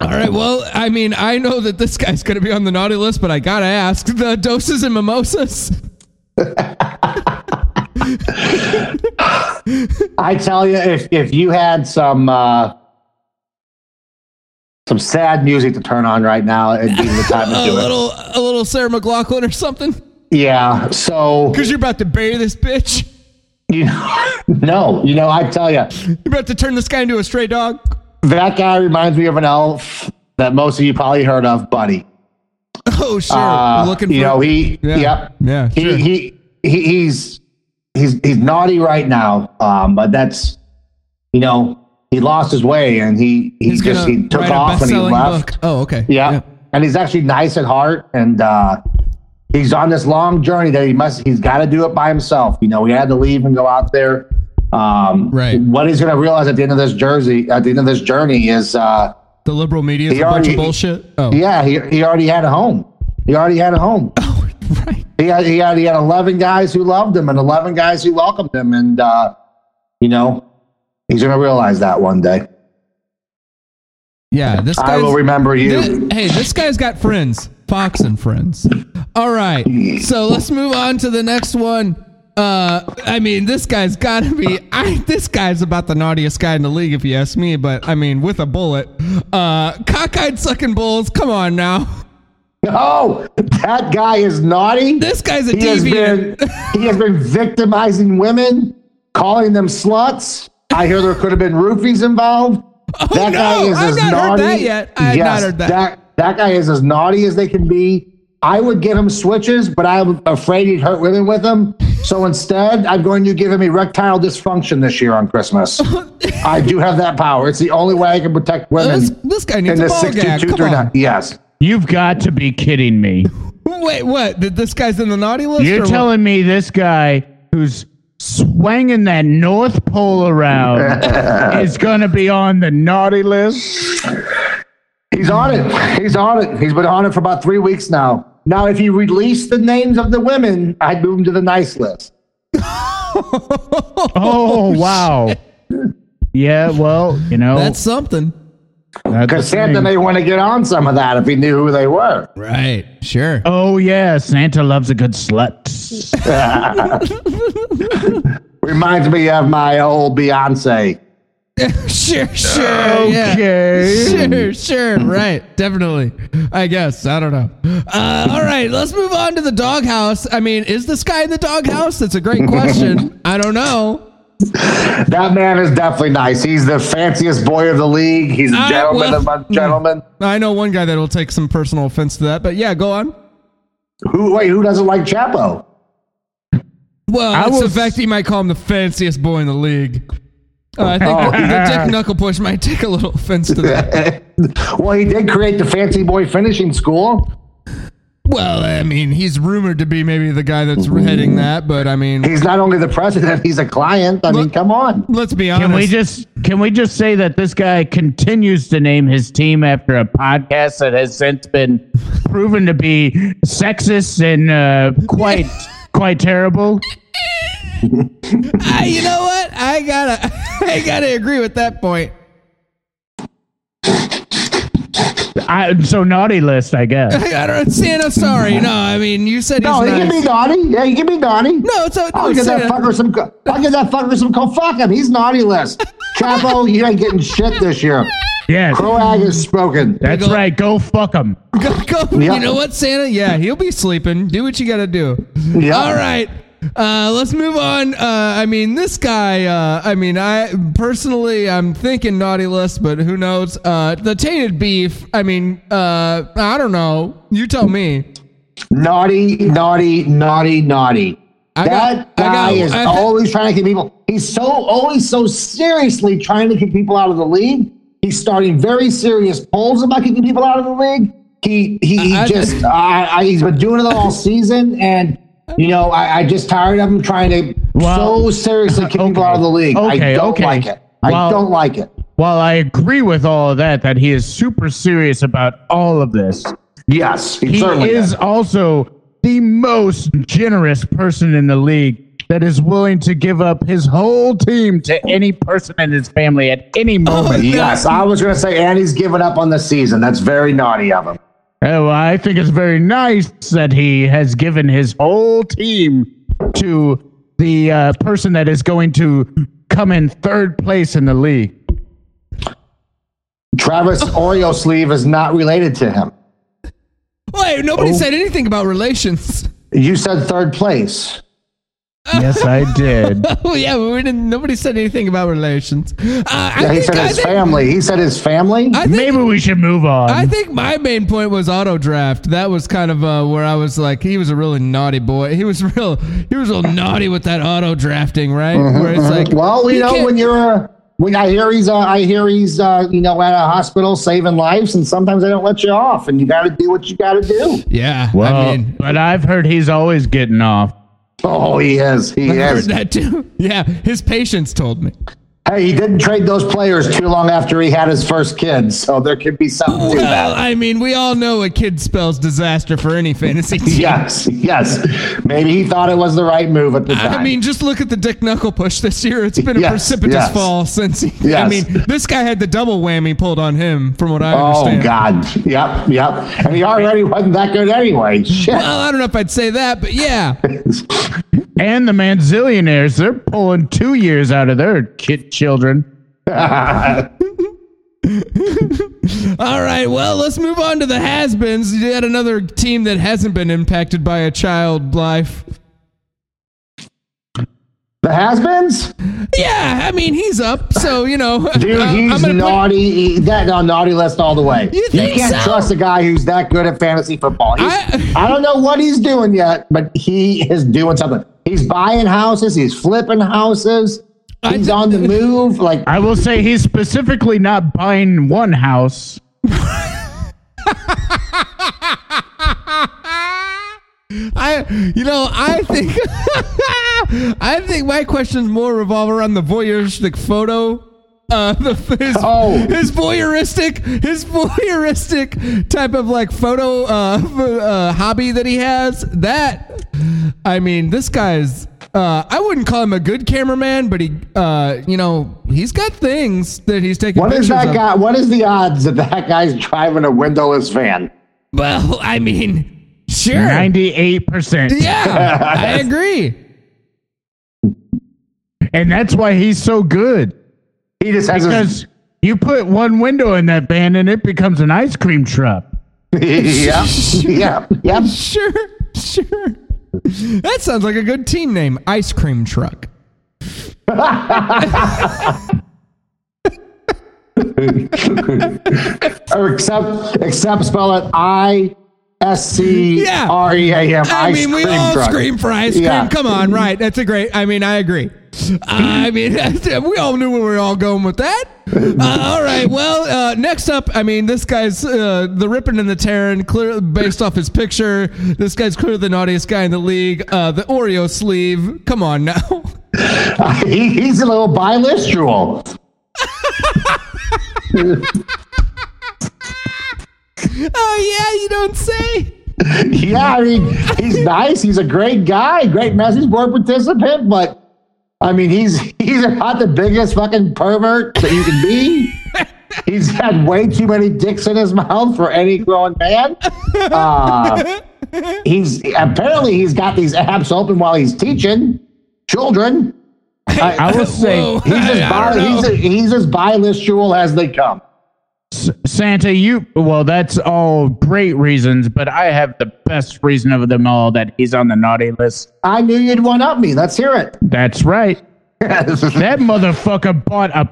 S1: right. Well, I mean, I know that this guy's going to be on the naughty list, but I gotta ask the doses and mimosas.
S2: I tell you, if if you had some uh, some sad music to turn on right now, it'd be the time to
S1: A
S2: do it.
S1: little, a little Sarah McLaughlin or something,
S2: Yeah. So
S1: because you're about to bury this bitch.
S2: you no, you know, I tell you,
S1: You're about to turn this guy into a stray dog.
S2: that guy reminds me of an elf that most of you probably heard of, Buddy.
S1: Oh, sure.
S2: Uh,
S1: Looking for
S2: you know he
S1: Yeah.
S2: yep
S1: Yeah,
S2: he,
S1: sure.
S2: he he he's he's he's naughty right now um but that's you know he lost his way and he he
S1: he's
S2: just
S1: gonna
S2: he took
S1: write a
S2: off and he
S1: best-selling
S2: left
S1: book. Oh, okay.
S2: yeah. and he's actually nice at heart and uh he's on this long journey that he must he's got to do it by himself you know he had to leave and go out there um
S1: Right.
S2: what he's gonna realize at the end of this jersey at the end of this journey is uh
S1: The liberal media is
S2: He
S1: a bunch of
S2: already-
S1: bullshit. Oh,
S2: yeah he, he already had a home he already had a home
S1: Oh. right.
S2: he had, he had he had 11 guys who loved him and 11 guys who welcomed him and uh you know he's gonna realize that one day
S1: Yeah. This
S2: i
S1: guy's-
S2: will remember you
S1: Th- hey, this guy's got friends. Fox and friends. All right. So let's move on to the next one. Uh, I mean, this guy's got to be. I this guy's about the naughtiest guy in the league, if you ask me. But I mean, with a bullet, uh, cockeyed sucking bulls. Come on now,
S2: oh that guy is naughty
S1: this guy's a
S2: he has been
S1: deviant.
S2: he has been victimizing women calling them sluts i hear there could have been roofies involved
S1: Oh, no, I've
S2: as
S1: not heard that yet. I have not heard that.
S2: that that guy is as naughty as they can be. I would give him switches, but I'm afraid he'd hurt women with them. So instead, I'm going to give him erectile dysfunction this year on Christmas. I do have that power. It's the only way I can protect women
S1: This, this guy
S2: in
S1: needs a
S2: this
S1: ball gag.
S2: 62
S1: Come
S2: through
S1: on.
S2: Yes.
S3: You've got to be kidding me.
S1: Wait, what? Th- This guy's in the naughty list. or
S3: You're
S1: what?
S3: telling me this guy who's swinging that North Pole around is going to be on the naughty list?
S2: He's on it. He's on it. He's been on it for about three weeks now. Now, if he released the names of the women, I'd move him to the nice list.
S3: Oh, wow. Yeah, well, you know,
S1: that's something.
S3: that's
S2: Because
S3: a thing.
S2: Santa may want to get on some of that if he knew who they were.
S1: Right. Sure.
S3: Oh yeah, Santa loves a good slut.
S2: Reminds me of my old Beyonce.
S1: sure, sure. Oh, yeah.
S3: Okay.
S1: Sure, sure, right, definitely. I guess I don't know. Uh, all right, let's move on to the doghouse. I mean, is this guy in the doghouse? That's a great question. I don't know.
S2: That man is definitely nice. He's the fanciest boy of the league. He's a
S1: I
S2: gentleman
S1: will-
S2: among gentlemen.
S1: I know one guy that will take some personal offense to that, but yeah, go on.
S2: Who wait? Who doesn't like Chapo?
S1: Well,
S3: I
S1: I it's
S3: will
S1: the
S3: s-
S1: fact he might call him the fanciest boy in the league. Uh, I think the, the Dick Knuckle Push might take a little offense to that.
S2: well, he did create the fancy boy finishing school.
S1: Well, I mean, he's rumored to be maybe the guy that's heading that, but I mean,
S2: He's not only the president; he's a client. I mean,
S1: Look-
S2: come on.
S1: let's be honest.
S3: Can we just can we just say that this guy continues to name his team after a podcast that has since been proven to be sexist and uh, quite quite terrible?
S1: I, you know what? I gotta, I gotta agree with that point.
S3: I, so naughty list, I guess.
S1: I don't, Santa, sorry. No, I mean, you said he's
S2: No, he can be
S1: nice.
S2: naughty. Yeah, he can be naughty.
S1: No, it's a,
S2: I'll
S1: no,
S2: give that
S1: Santa,
S2: fucker some. co- I'll give that fucker some. co fuck him. He's naughty list. Chapo, you ain't getting shit this year.
S3: Yes,
S2: Croag has spoken.
S3: that's
S1: Go-
S3: right. Go fuck him.
S1: go, go.
S2: Yeah.
S1: You know what, Santa? Yeah, he'll be sleeping. Do what you gotta do.
S2: Yeah.
S1: All right. Uh, let's move on. Uh, I mean, this guy. Uh, I mean, I personally, I'm thinking naughty list, but who knows? Uh, the tainted beef. I mean, uh, I don't know. You tell me.
S2: Naughty, naughty, naughty, naughty.
S1: I
S2: that
S1: got- I got-
S2: guy is
S1: I-
S2: always trying to get people. He's so always so seriously trying to get people out of the league. He's starting very serious polls about kicking people out of the league. He he, he
S1: I- I-
S2: just I, I, he's been doing it all season, and you know I, I just tired of him trying to
S3: Well,
S2: so seriously kick people
S3: okay.
S2: out of the league.
S3: Okay,
S2: I don't
S3: okay.
S2: like it. I
S3: Well-
S2: don't like it.
S3: While I agree with all of that, that he is super serious about all of this,
S2: Yes,
S3: he
S2: certainly
S3: is
S2: is.
S3: also the most generous person in the league that is willing to give up his whole team to any person in his family at any moment.
S2: Yes, I was going to say, and he's given up on the season. That's very naughty of him.
S3: Oh, well, I think it's very nice that he has given his whole team to the uh, person that is going to come in third place in the league.
S2: Travis Oreo sleeve is not related to him.
S1: Wait,
S2: Oh.
S1: nobody said anything about relations.
S2: You said third place.
S3: Yes, I did.
S1: Oh yeah, but we didn't. Nobody said anything about relations. Uh, I
S2: Yeah, he
S1: think,
S2: said
S1: I
S2: his
S1: think,
S2: family. He said his family.
S1: I think,
S3: Maybe we should move on.
S1: I think my main point was auto draft. That was kind of uh, where I was like, he was a really naughty boy. He was real. He was real naughty with that auto drafting, right?
S2: Mm-hmm,
S1: Where it's like,
S2: well, you, know,
S1: can't-
S2: when you're uh, when I hear he's uh, I hear he's uh, you know at a hospital saving lives, and sometimes they don't let you off, and you got to do what you got to do.
S1: yeah.
S3: well,
S1: I mean,
S3: but I've heard he's always getting off.
S2: Oh, he is. He
S1: I heard
S2: is.
S1: that too. Yeah, his patients told me.
S2: Hey, he didn't trade those players too long after he had his first kid, so there could be something to
S1: Well,
S2: that.
S1: I mean, we all know a kid spells disaster for any fantasy team.
S2: Yes, yes. Maybe he thought it was the right move at the time.
S1: I mean, just look at the Dick Knuckle push this year. It's been a
S2: Yes,
S1: precipitous
S2: yes.
S1: fall since. He, I
S2: Yes.
S1: mean, this guy had the double whammy pulled on him, from what I
S2: oh
S1: understand.
S2: God. Yep, yep. And he already wasn't that good anyway. Shit.
S1: Well, I don't know if I'd say that, but yeah.
S3: And the Manzillionaires, they're pulling two years out of their kid children.
S1: All right. Well, let's move on to the has-beens. Yet another team that hasn't been impacted by a child life.
S2: The has-beens.
S1: Yeah, I mean he's up, so you know.
S2: Dude,
S1: uh,
S2: he's
S1: gonna put-
S2: naughty. He- that on naughty list all the way.
S1: You think
S2: can't
S1: so?
S2: trust a guy who's that good at fantasy football. He's-
S1: I-
S2: I, don't know what he's doing yet, but he is doing something. He's buying houses. He's flipping houses.
S1: I
S2: He's
S1: did-
S2: on the move. Like
S3: I will say he's specifically not buying one house.
S1: I, you know, I think, I think my questions more revolve around the voyeuristic photo. Uh, the, his,
S2: Oh.
S1: his voyeuristic, his voyeuristic type of like photo uh, f- uh, hobby that he has. That, I mean, this guy's. Uh, I wouldn't call him a good cameraman, but he, uh, you know, he's got things that he's taking
S2: what
S1: pictures
S2: is that
S1: of.
S2: guy? What is the odds that that guy's driving a windowless van?
S1: Well, I mean, sure,
S3: 98%.
S1: yeah, I agree.
S3: And that's why he's so good.
S2: He just has his,
S3: Because you put one window in that van and it becomes an ice cream truck.
S2: yeah, yeah, yeah.
S1: Sure, sure. That sounds like a good team name. Ice cream truck.
S2: Or except, except spell it I S C
S1: Yeah.
S2: R E A M.
S1: I
S2: ice
S1: mean, we
S2: cream
S1: all
S2: truck.
S1: scream for ice cream.
S2: Yeah.
S1: Come on, right? That's a great. I mean, I agree. I mean, we all knew where we were all going with that. Uh, all right. Well, uh, next up, I mean, this guy's uh, the ripping and the tearing. Clear, based off his picture, this guy's clearly the naughtiest guy in the league. Uh, the Oreo sleeve. Come on now.
S2: He, he's a little bilistual.
S1: Oh yeah, you don't say.
S2: Yeah, I mean, he's nice. He's a great guy, great message board participant, but I mean, he's he's not the biggest fucking pervert that you can be. He's had way too many dicks in his mouth for any grown man. Uh, he's apparently he's got these apps open while he's teaching children.
S3: I will say,
S1: Whoa.
S2: He's as,
S1: I
S2: bi-
S1: don't know.
S2: he's, a, he's as bilistual as they come.
S3: S- Santa, you well, that's all great reasons, but I have the best reason of them all that he's on the naughty list.
S2: I knew you'd one up me. Let's hear it.
S3: That's right. That motherfucker bought a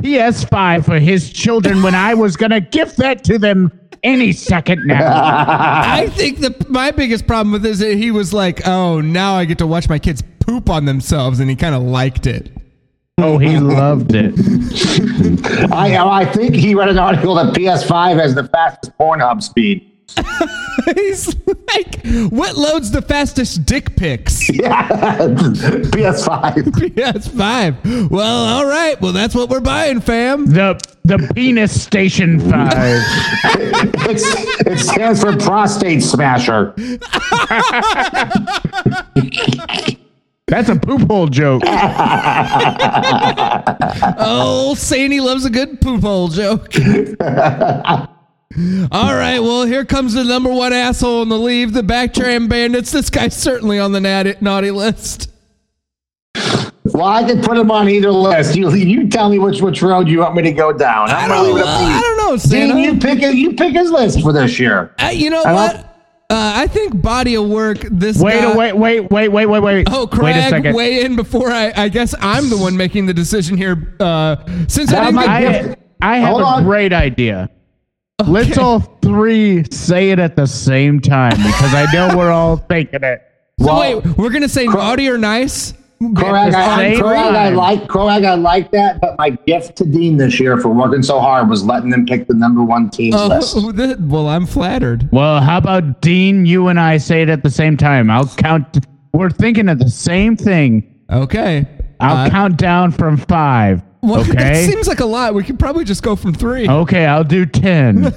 S3: PS5 for his children when I was gonna give that to them any second now.
S1: I think the my biggest problem with this is he was like, oh, now I get to watch my kids poop on themselves, and he kind of liked it.
S3: Oh, he loved it.
S2: I, I think he read an article that PS5 has the fastest Pornhub speed.
S1: He's like, what loads the fastest dick pics?
S2: Yeah, PS5.
S1: PS5. Well, all right. Well, that's what we're buying, fam.
S3: The the penis station five.
S2: It's, it stands for prostate smasher.
S3: That's a poop hole joke.
S1: Oh, Sandy loves a good poop hole joke. All right, well, here comes the number one asshole in the leave, the Backtram Bandits. This guy's certainly on the naughty, naughty list.
S2: Well, I can put him on either list. You, you tell me which which road you want me to go down.
S1: I
S2: I'm gonna
S1: don't,
S2: leave it
S1: know,
S2: up to
S1: I
S2: you.
S1: don't know,
S2: Dean, you
S1: Santa.
S2: pick it- you pick his list for this year.
S1: Uh, you know
S2: I
S1: what?
S2: don't-
S1: Uh, I think body of work, this
S3: Wait,
S1: guy.
S3: a- wait, wait, wait, wait, wait, wait.
S1: Oh,
S3: wait a
S1: Craig,
S3: second.
S1: weigh in before I. I guess I'm the one making the decision here. Uh, since I
S2: That
S1: didn't.
S2: might
S1: Get,
S2: be-
S3: I, I have
S2: Hold
S3: a
S2: on.
S3: great idea. Let's all three say it at the same time because I know we're all thinking it.
S1: so
S2: Well,
S1: wait, we're gonna say naughty or nice.
S2: Corag, I,
S3: Same
S2: Corag, I
S3: time.
S2: like Corag, I like that. But my gift to Dean this year for working so hard was letting them pick the number one team's
S1: Oh,
S2: list.
S1: th- well, I'm flattered.
S3: Well, how about Dean, you and I say it at the same time? I'll count. We're thinking of the same thing.
S1: Okay.
S3: I'll
S1: Uh,
S3: count down from five.
S1: well, That
S3: okay. Oh,
S1: seems like a lot. We could probably just go from three.
S3: Okay, I'll do 10.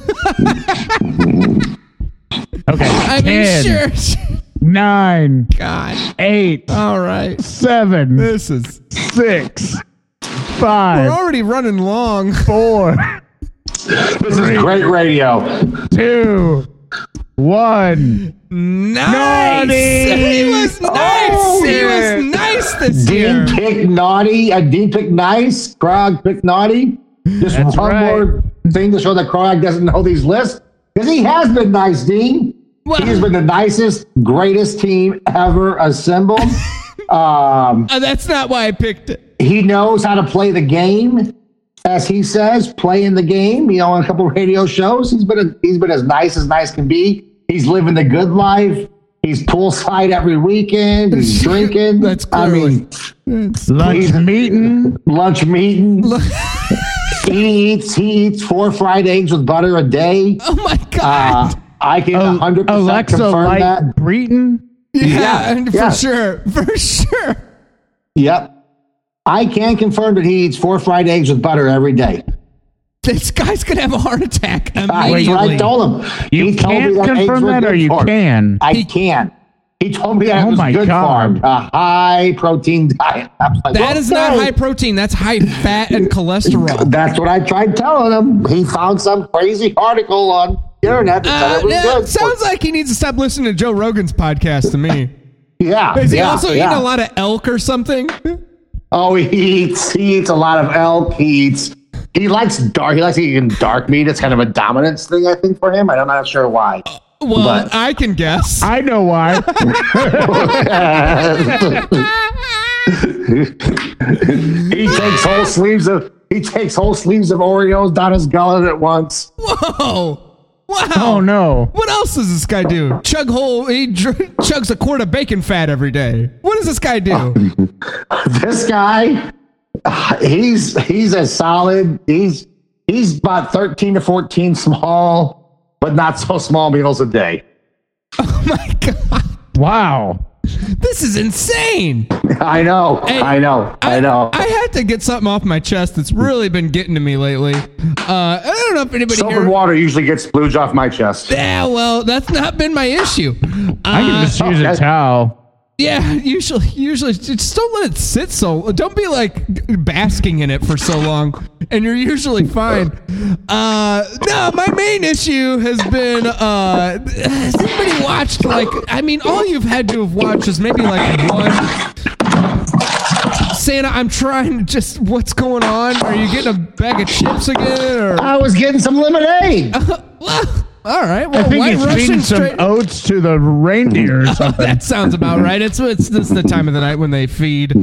S3: okay.
S1: I mean,
S3: 10,
S1: sure.
S3: Nine,
S1: God.
S3: eight,
S1: All right.
S3: seven,
S1: This is.
S3: six,
S1: We're
S3: five,
S1: already running long.
S3: four,
S2: This is great radio.
S3: two, one.
S1: Nice. He was nice.
S2: Oh,
S1: he
S2: yeah.
S1: was nice this
S2: Dean
S1: year.
S2: picked naughty. Uh, Dean picked nice. Krog picked naughty. Just
S3: That's
S2: one
S3: right.
S2: more thing to show that Krog doesn't know these lists because he has been nice, Dean.
S1: Well-
S2: He's been the nicest, greatest team ever assembled. um,
S1: Uh, that's not why I picked it.
S2: he knows how to play the game, as he says, playing the game. You know, on a couple radio shows, he's been a, he's been as nice as nice can be. He's living the good life. He's poolside every weekend. He's drinking.
S1: That's
S2: I mean,
S3: Lunch
S2: Please.
S3: meeting.
S2: lunch meeting. he eats he eats four fried eggs with butter a day.
S1: Oh my
S2: Uh,
S1: god!
S2: I can hundred percent
S3: Oh, Alexa,
S2: confirm that.
S3: like Breton.
S1: yeah, and
S2: yeah.
S1: for sure, for sure.
S2: Yep, I can confirm that he eats four fried eggs with butter every day.
S1: This guy's gonna have a heart attack
S2: I,
S1: immediately.
S2: I told him.
S3: You
S2: he told me
S3: can't
S2: that eggs
S3: confirm
S2: were
S3: that,
S2: good
S3: or you
S2: for him.
S3: can.
S2: I can. He told me that
S3: Oh
S2: it was
S3: my
S2: good for him.
S3: God.
S2: A high protein diet. I was like,
S1: That is not
S2: okay.
S1: high protein. That's high fat and cholesterol. Uh,
S2: That's what I tried telling him. He found some crazy article on the internet that
S1: Uh,
S2: said it was
S1: no,
S2: good. for-
S1: sounds like he needs to stop listening to Joe Rogan's podcast. To me,
S2: yeah.
S1: is he
S2: yeah,
S1: also
S2: yeah.
S1: eating a lot of elk or something?
S2: Oh, he eats. He eats a lot of elk. He eats. He likes dark. He likes eating dark meat. It's kind of a dominance thing, I think, for him. I'm not sure why.
S1: Well,
S2: But-
S1: I can guess.
S3: I know why.
S2: he takes whole sleeves of. He takes whole sleeves of Oreos down his gullet at once.
S1: Whoa! Wow!
S3: oh no.
S1: What else does this guy do? Chug whole. He dr- chugs a quart of bacon fat every day. What does this guy do?
S2: This guy, uh, he's he's a solid. He's he's about thirteen to fourteen small, but not so small meals a day.
S1: oh my god!
S3: Wow.
S1: This is insane.
S2: I know. I know. I know.
S1: I had to get something off my chest that's really been getting to me lately. Uh, I don't know if anybody
S2: Soap
S1: here.
S2: and water usually gets splooge off my chest.
S1: Yeah, well, that's not been my issue.
S3: I
S1: Uh,
S3: can just use a
S2: okay.
S3: towel.
S1: Yeah, usually, usually, just don't let it sit so. Don't be like basking in it for so long, and you're usually fine. Uh, no, my main issue has been uh, has anybody watched like? I mean, all you've had to have watched is maybe like one. Santa, I'm trying. to Just what's going on? Are you getting a bag of chips again? Or
S2: I was getting some lemonade.
S1: Uh, well, all right, well,
S3: I think
S1: White
S3: he's
S1: Russian
S3: feeding some
S1: straight-
S3: oats to the reindeer or something.
S1: That sounds about right. It's it's this is the time of the night when they feed.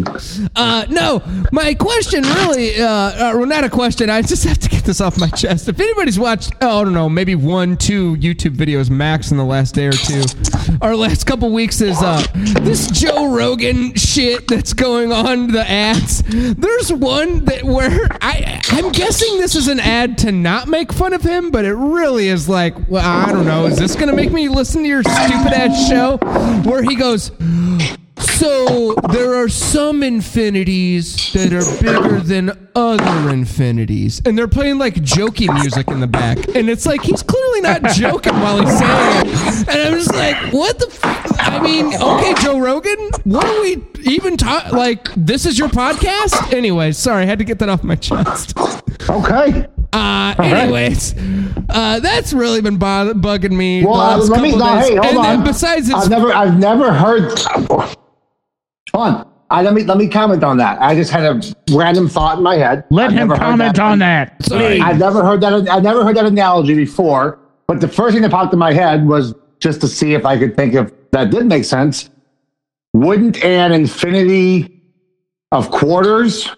S1: Uh, no, my question really, uh, uh, well, not a question. I just have to get this off my chest. If anybody's watched, oh, I don't know, maybe one, two YouTube videos max in the last day or two, our last couple weeks is uh, this Joe Rogan shit that's going on the ads. There's one that where I I'm guessing this is an ad to not make fun of him, but it really is like, well, I don't know, is this gonna make me listen to your stupid ass show? Where he goes, so there are some infinities that are bigger than other infinities, and they're playing like jokey music in the back, and it's like he's clearly not joking while he's saying it, and I'm just like, what the? F-? I mean, okay, Joe Rogan, what are we even talk? Like, this is your podcast, anyway. Sorry, I had to get that off my chest.
S2: Okay.
S1: Uh, anyways, uh, that's really been bo- bugging me. the
S2: Well, uh,
S1: last
S2: let me.
S1: couple
S2: No,
S1: days.
S2: hey, hold
S1: and
S2: on.
S1: then besides, it's
S2: I've never, I've never heard. Hold on. I, let me let me comment on that. I just had a random thought in my head.
S3: Let
S2: I've
S3: him
S2: never heard
S3: comment on that.
S1: Sorry.
S2: I've never heard that. I've never heard that analogy before. But the first thing that popped in my head was just to see if I could think of that did make sense. Wouldn't an infinity of quarters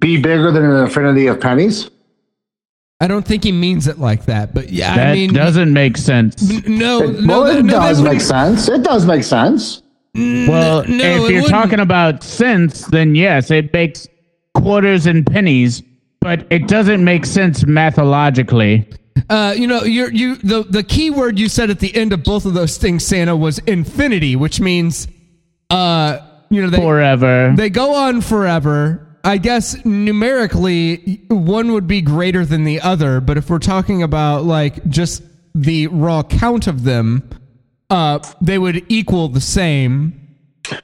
S2: be bigger than an infinity of pennies?
S1: I don't think he means it like that, but yeah,
S3: That
S1: I mean,
S3: doesn't make sense.
S1: no,
S2: It,
S1: no,
S2: well,
S1: that-
S2: it
S1: no, that
S2: does
S1: wouldn't-
S2: make sense. It does make sense.
S1: no,
S3: Well, if
S1: it
S3: you're
S1: wouldn't.
S3: talking about cents, then yes, it makes quarters and pennies, but it doesn't make sense mathologically.
S1: Uh, you know, you're, you the the key word you said at the end of both of those things, Santa, was infinity, which means, uh, you know, they
S3: Forever.
S1: they go on forever. I guess numerically, one would be greater than the other, but if we're talking about like just the raw count of them, uh, they would equal the same.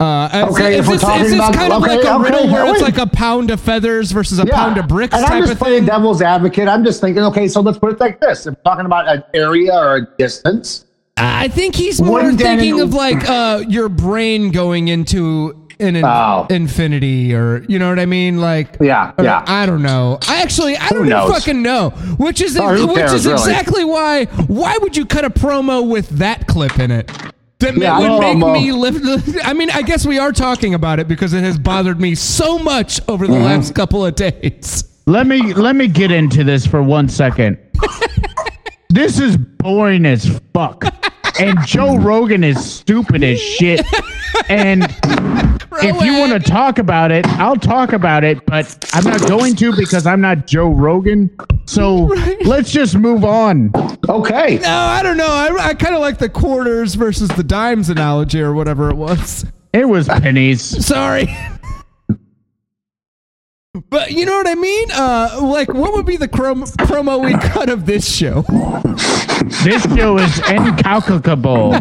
S1: Uh, it's-
S2: Okay,
S1: it's,
S2: if we're
S1: it's-
S2: talking
S1: it's
S2: about-
S1: kind of
S2: okay,
S1: like a
S2: okay,
S1: riddle where it's
S2: wait.
S1: like a pound of feathers versus a pound of bricks
S2: and I'm
S1: type
S2: just
S1: of
S2: playing
S1: thing.
S2: devil's advocate. I'm just thinking, okay, so let's put it like this: if we're talking about an area or a distance,
S1: I think he's more
S2: Wouldn't that
S1: thinking
S2: in-
S1: of like uh, your brain going into an in-
S2: Oh.
S1: infinity, or you know what I mean, like
S2: Yeah,
S1: or
S2: yeah.
S1: I don't know. I actually I don't even
S2: knows?
S1: fucking know, which is
S2: Oh, who
S1: which
S2: cares,
S1: is
S2: really?
S1: exactly why why would you cut a promo with that clip in it? That ma-
S2: Yeah,
S1: would make
S2: promo.
S1: me live. The, I mean, I guess we are talking about it because it has bothered me so much over
S2: Mm-hmm.
S1: the last couple of days.
S3: Let me let me get into this for one second. this is boring as fuck. And Joe Rogan is stupid as shit. And if
S1: eh,
S3: you want to talk about it, I'll talk about it, but I'm not going to because I'm not Joe Rogan. So let's just move on.
S2: okay,
S1: No, I don't know. I, I kind of like the quarters versus the dimes analogy or whatever it was.
S3: It was pennies.
S1: Sorry. But you know what I mean? Uh, like, what would be the crom- promo we cut of this show?
S3: This show is incalculable.
S1: Like,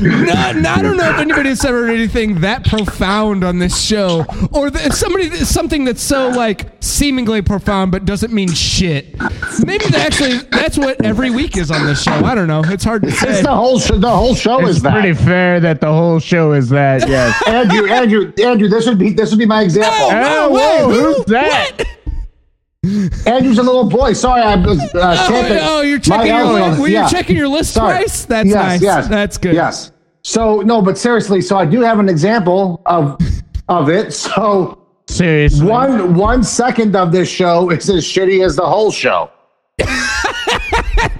S1: not, not- I don't know if anybody has ever heard anything that profound on this show, or that somebody something that's so like seemingly profound but doesn't mean shit. Maybe that actually that's what every week is on this show. I don't know. It's hard to say.
S2: It's the whole sh- the whole show
S3: It's
S2: is that.
S3: pretty fair that the whole show is that. Yes.
S2: Andrew, Andrew, Andrew, this would be this would be my example.
S1: No!
S3: Oh,
S1: way.
S3: whoa,
S1: Who?
S3: who's that?
S2: Andrew's a little boy. Sorry, I was uh,
S1: Oh,
S2: tapping
S1: oh, you're
S2: my
S1: checking your
S2: elbow.
S1: list. Were
S2: Yeah.
S1: you checking your list
S2: Sorry.
S1: twice? That's
S2: yes,
S1: nice.
S2: Yes,
S1: That's good.
S2: Yes. So no, but seriously, so I do have an example of of it. So
S3: Seriously.
S2: one one second of this show is as shitty as the whole show.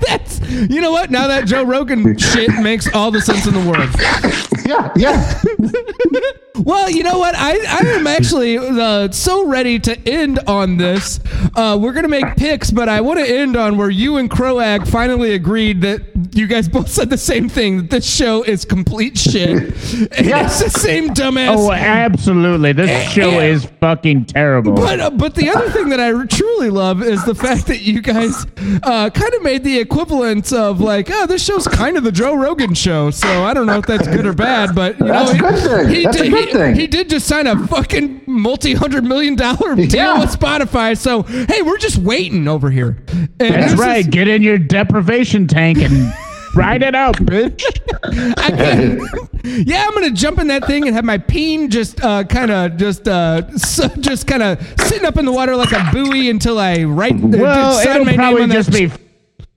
S1: That's you know what? Now that Joe Rogan shit makes all the sense in the world.
S2: Yeah, yeah.
S1: Well, you know what? I, I am actually uh, so ready to end on this. Uh, we're going to make picks, but I want to end on where you and Croag finally agreed that you guys both said the same thing that this show is complete shit. And
S2: Yes.
S1: It's the same dumbass.
S3: Oh, absolutely. This show is fucking terrible.
S1: But, uh, but the other thing that I truly love is the fact that you guys uh, kind of made the equivalent of like, oh, this show's kind of the Joe Rogan show. So I don't know if that's good or bad, but you
S2: That's
S1: know,
S2: a good thing. That's a
S1: did,
S2: good
S1: he-
S2: thing.
S1: He, did just sign a fucking multi-hundred million dollar deal
S2: Yeah.
S1: with Spotify. So hey, we're just waiting over here. And this
S3: That's
S1: is-
S3: right. Get in your deprivation tank and ride it out, bitch.
S1: I can't- yeah, I'm gonna jump in that thing and have my peen just uh, kind of just uh, s- just kind of sitting up in the water like a buoy until I write. uh,
S3: Well,
S1: just sign
S3: it'll
S1: my name
S3: probably
S1: on that
S3: just be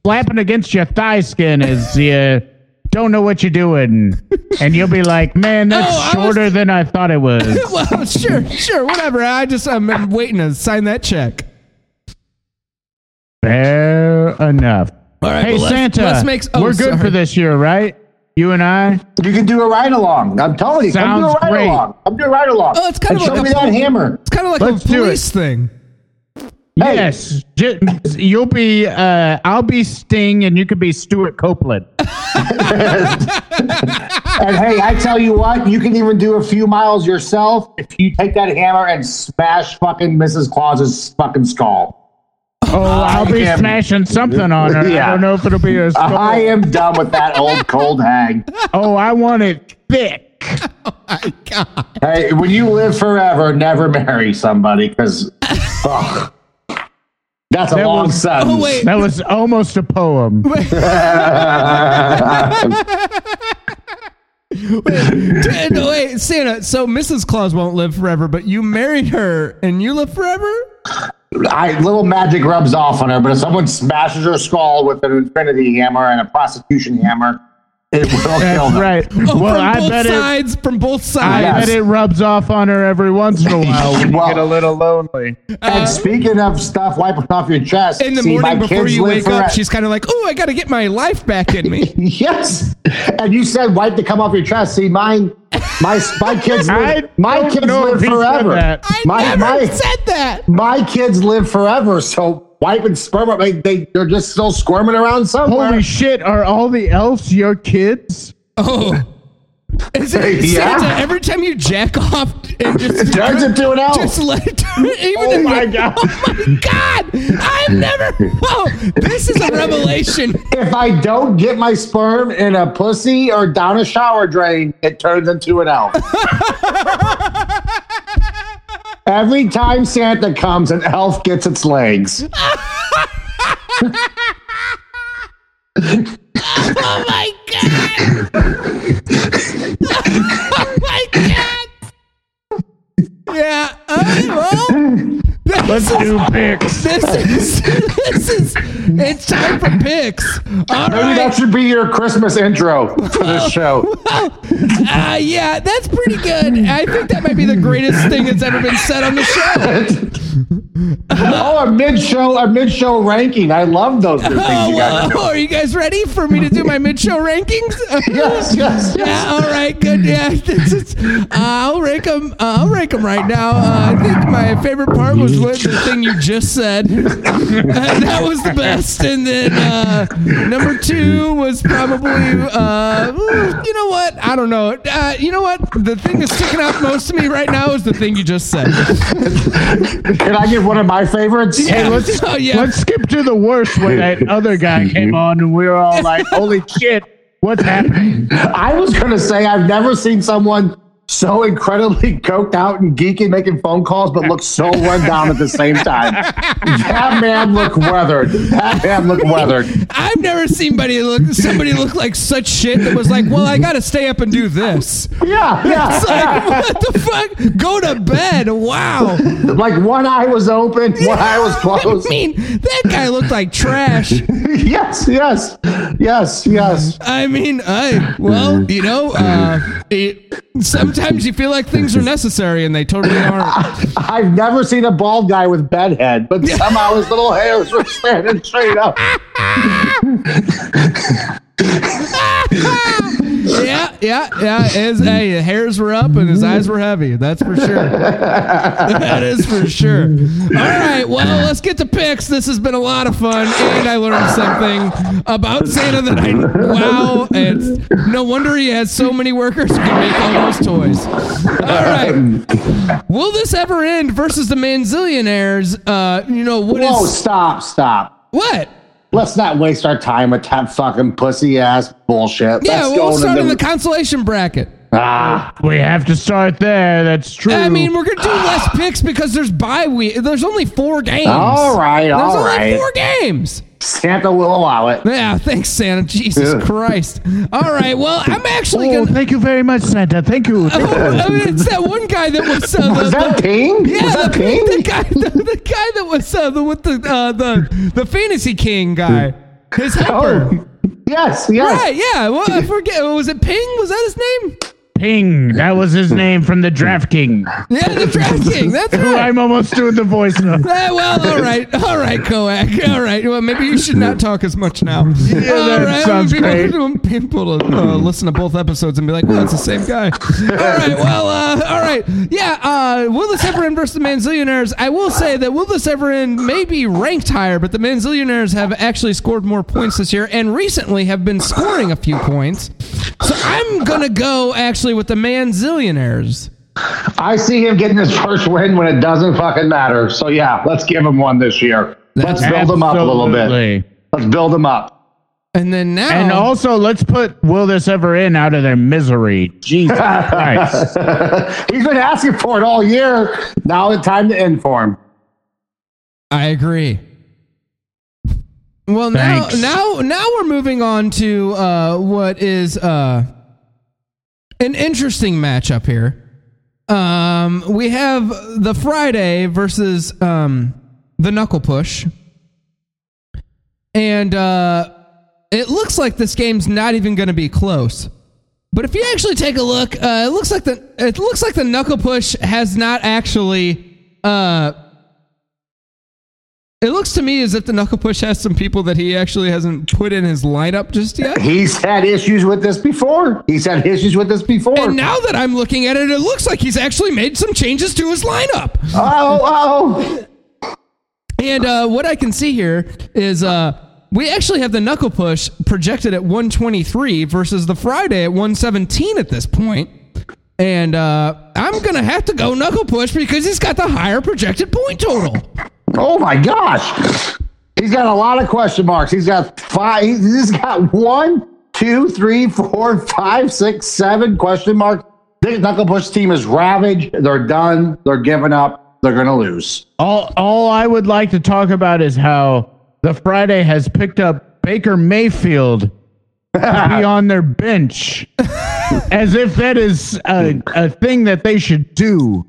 S3: flapping against your thigh skin as you don't know what you're doing. And you'll be like, man, that's
S1: Oh, I was-
S3: shorter than I thought it was.
S1: well, sure, sure, whatever. I just I'm, I'm waiting to sign that check.
S3: Fair enough. hey,
S1: well, let's-
S3: Santa,
S1: let's make- oh,
S3: we're good
S1: sorry.
S3: for this year, right? You and I?
S2: You can do a ride along. I'm telling you, come do a
S3: Sounds
S2: ride
S3: great.
S2: along. Come do a ride along.
S1: Oh, it's kind
S2: and
S1: of
S2: show
S1: like
S2: me
S1: a
S2: that
S1: pol-
S2: hammer.
S1: It's kind of like
S3: Let's
S1: a
S3: do it.
S1: police thing.
S2: Hey.
S3: Yes. J- You'll be, uh, I'll be Sting and you could be Stuart Copeland.
S2: And hey, I tell you what, you can even do a few miles yourself if you take that hammer and smash fucking Mrs. Claus's fucking skull.
S3: Oh, I'll be
S2: am-
S3: smashing something on her.
S2: Yeah.
S3: I don't know if it'll be a skull.
S2: I am done with that old cold hang.
S3: oh, I want it thick.
S1: My God.
S2: Hey, when you live forever, never marry somebody because that's a
S3: That
S2: long
S3: was-
S2: sentence.
S1: Oh, wait.
S3: That was almost a poem.
S1: D- no, wait, Santa. So Mrs. Claus won't live forever, but you married her and you live forever.
S2: I, little magic rubs off on her, but if someone smashes her skull with an infinity hammer and a prosecution hammer, it will kill
S3: That's
S2: them.
S3: right.
S1: Oh,
S3: well,
S1: from
S3: I
S1: both
S3: bet it.
S1: sides. From both
S3: I
S1: sides.
S2: Yes.
S3: bet it rubs off on her every once in a while when
S2: Well-
S3: you get a little lonely.
S2: And speaking of stuff wiping off your chest,
S1: Uh, In the
S2: see,
S1: morning
S2: my
S1: before
S2: kids
S1: you
S2: live
S1: wake
S2: forever.
S1: up, she's kind of like, "Oh, I got to get my life back in me."
S2: Yes, and you said wipe to come off your chest. See, mine, my my kids,
S3: I
S2: live, my
S3: don't
S2: kids
S3: know
S2: live
S3: if he said
S2: forever.
S3: that.
S1: I
S2: My-
S1: never
S2: my-
S1: said that.
S2: My kids live forever, so wiping sperm up, they, they they're just still squirming around somewhere.
S3: Holy shit, are all the elves your kids?
S1: Oh. Is it
S2: Yeah.
S1: Santa, every time you jack off, it just
S2: Turns into an elf.
S1: Just let Oh. even
S2: Oh
S1: in
S2: my
S1: the,
S2: God.
S1: Oh my god! I've never. Whoa! This is a revelation.
S2: if I don't get my sperm in a pussy or down a shower drain, it turns into an elf. Every time Santa comes, an elf gets its legs.
S1: Oh my god! oh my god! Yeah. Oh, well,
S3: Let's
S1: this is-
S3: do pics.
S1: This is this is it's time for picks. All
S2: Maybe
S1: right.
S2: that should be your Christmas intro for this show.
S1: Uh, yeah, that's pretty good. I think that might be the greatest thing that's ever been said on the show.
S2: oh, a mid-show, a mid-show ranking. I love those new things
S1: Oh,
S2: you guys do.
S1: well, are you guys ready for me to do my mid-show rankings?
S2: Yes, yes, yes.
S1: Yeah, all right, good. Yeah, this is, uh, I'll rank them. Uh, I'll rank 'em right now. Uh, I think my favorite part was what the thing you just said. that was the best. And then uh, number two was probably, uh, ooh, you know what? I don't know. Uh, you know what? The thing that's sticking out most to me right now is the thing you just said.
S2: Can I give one of my favorites?
S1: Yeah.
S3: Hey, let's,
S1: Oh, yeah.
S3: let's skip to the worst when that other guy came on and we were all like, holy shit, What's happening?
S2: I was going to say, I've never seen someone so incredibly coked out and geeky making phone calls, but look so run down at the same time. That man looked weathered. That man looked weathered.
S1: I've never seen somebody look somebody look like such shit that was like, well, I gotta stay up and do this.
S2: Yeah, yeah.
S1: It's like, what the fuck? Go to bed. Wow.
S2: Like one eye was open, one eye was
S1: I
S2: closed.
S1: mean, that guy looked like trash.
S2: Yes, yes, yes, yes.
S1: I mean, I well, you know, uh, it, sometimes you feel like things are necessary and they totally aren't.
S2: I've never seen a bald guy with bed head, but somehow his little hairs were standing straight up.
S1: Yeah, yeah, yeah. His hey, his hairs were up and his eyes were heavy. That's for sure. that is for sure. All right, well, let's get to picks. This has been a lot of fun, and I learned something about Santa that I wow. It's no wonder he has so many workers who can make all those toys. All right, will this ever end? Versus the Manzillionaires. Uh, you know what is
S2: Whoa, stop, stop.
S1: what?
S2: Let's not waste our time with that fucking pussy ass bullshit.
S1: Yeah,
S2: Let's
S1: we'll
S2: go to
S1: start in the consolation bracket.
S2: ah,
S3: We have to start there. That's true.
S1: I mean, we're gonna do less
S2: Ah.
S1: picks because there's bye week. There's only four games.
S2: all right,
S1: There's
S2: all
S1: only
S2: right.
S1: four games.
S2: Santa will allow it.
S1: Yeah, thanks, Santa. Jesus
S2: Yeah.
S1: Christ. All right. Well, I'm actually
S3: oh,
S1: gonna.
S3: thank you very much, Santa. Thank you.
S1: I mean, it's that one guy that was. Uh,
S2: Was
S1: the,
S2: that Ping?
S1: yeah,
S2: was that
S1: the,
S2: Ping?
S1: the guy, the, the guy that was uh, the, with the uh, the the fantasy king guy. His helper.
S2: Oh, yes, yes.
S1: Right. Yeah. Well, I forget. Was it Ping? Was that his name?
S3: Ping. That was his name from the Draft King.
S1: Yeah, the draft king. That's
S3: Who
S1: right.
S3: I'm almost doing the voice of.
S1: Eh, well, all right, all right, Koak. All right, well, maybe you should not talk as much now. Yeah, all
S3: that sounds
S1: people,
S3: great.
S1: People to uh, listen to both episodes and be like, "Well, it's the same guy." All right, well, uh, all right, yeah. Uh, will this ever end versus the Manzillionaires? I will say that will this ever end may be ranked higher, but the Manzillionaires have actually scored more points this year and recently have been scoring a few points. So I'm gonna go actually with the Manzillionaires.
S2: I see him getting his first win when it doesn't fucking matter. So yeah, let's give him one this year. Let's build him up a little bit.
S3: Absolutely.
S2: Let's build him up.
S1: And then now,
S3: And also, let's put Will This Ever In out of their misery. Jesus Christ.
S2: He's been asking for it all year. Now it's time to end for him.
S1: I agree. Well, now,
S3: Thanks.
S1: now, now we're moving on to uh, what is uh, an interesting matchup here. Um, we have the Friday versus um, the Knuckle Push, and uh, it looks like this game's not even going to be close. But if you actually take a look, uh, it looks like the it looks like the Knuckle Push has not actually. Uh, it looks to me as if the Knuckle Push has some people that he actually hasn't put in his lineup just yet.
S2: He's had issues with this before. He's had issues with this before.
S1: And now that I'm looking at it, it looks like he's actually made some changes to his lineup.
S2: oh,
S1: And uh, what I can see here is uh, we actually have the Knuckle Push projected at 123 versus the Friday at 117 at this point. And uh, I'm going to have to go Knuckle Push because he's got the higher projected point total.
S2: oh, oh my gosh. He's got a lot of question marks. He's got five. He's got one, two, three, four, five, six, seven question marks. This knuckle push team is ravaged. They're done. They're giving up. They're gonna lose.
S3: All, all I would like to talk about is how the Friday has picked up Baker Mayfield to be on their bench. As if that is a, a thing that they should do.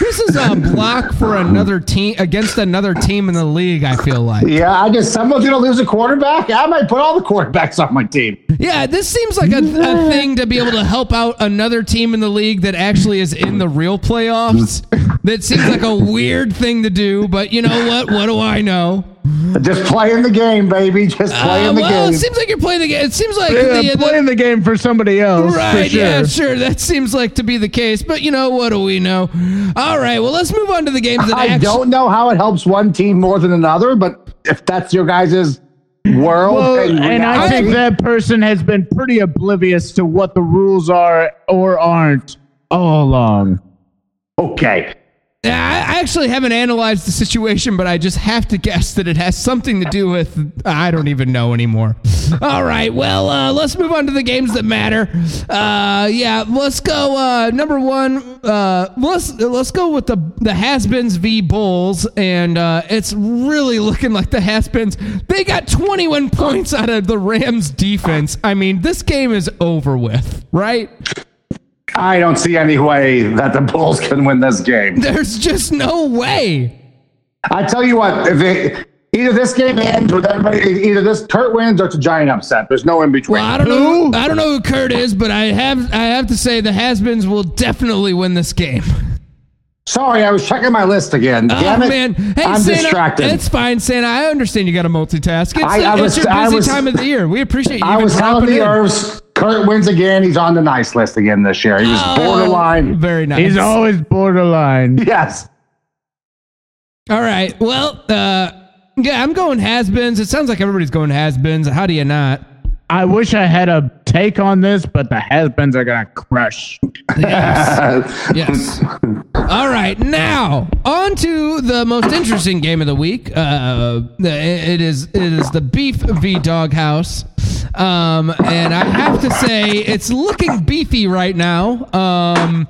S1: This is a block for another team against another team in the league, I feel like.
S2: Yeah, I guess someone's gonna lose a quarterback. I might put all the quarterbacks on my team.
S1: Yeah, this seems like a, a thing to be able to help out another team in the league that actually is in the real playoffs. That seems like a weird thing to do, but you know what? What do I know?
S2: Just playing the game, baby. Just playing
S1: Uh,
S2: the
S1: well, it
S2: game.
S1: seems like you're playing the game. It seems like
S3: Yeah,
S1: the, the-
S3: playing the game for somebody else. for
S1: Right,
S3: sure.
S1: yeah, sure. That seems like to be the case, but you know, what do we know? All right, well, let's move on to the games that
S2: I
S1: actu-
S2: don't know how it helps one team more than another, but if that's your guys' world,
S3: Well, and I
S2: reality-
S3: think that person has been pretty oblivious to what the rules are or aren't all along.
S2: okay.
S1: I I actually haven't analyzed the situation, but I just have to guess that it has something to do with I don't even know anymore. All right, well, uh, let's move on to the games that matter. Uh, yeah, let's go. Uh, number one, uh, let's let's go with the the Haspins v Bulls, and uh, it's really looking like the Haspins. They got 21 points out of the Rams defense. I mean, this game is over with, right?
S2: I don't see any way that the Bulls can win this game.
S1: There's just no way.
S2: I tell you what, if it, either this game ends with everybody, either this Kurt wins or it's a giant upset. There's no in between.
S1: Well, I don't know. I don't know who Kurt is, but I have I have to say the Hasbins will definitely win this game.
S2: Sorry, I was checking my list again. Damn
S1: oh
S2: it.
S1: man, hey
S2: I'm
S1: Santa,
S2: distracted.
S1: it's fine, Santa. I understand you got to multitask. It's,
S2: I- I
S1: it's
S2: was-
S1: your
S2: I
S1: busy
S2: was-
S1: time of the year. We appreciate you.
S2: I
S1: even
S2: was telling
S1: dropping
S2: the
S1: in.
S2: Irvs, Kurt wins again. He's on the nice list again this year. He was
S1: Oh,
S2: borderline.
S1: Very nice.
S3: He's always borderline.
S2: Yes.
S1: All right. Well, uh, yeah, I'm going Hasbins. It sounds like everybody's going Hasbins. How do you not?
S3: I wish I had a take on this, but the husbands are gonna crush.
S1: Yes. All right, now on to the most interesting game of the week. Uh, it is it is the beef v doghouse, um, and I have to say it's looking beefy right now. Um,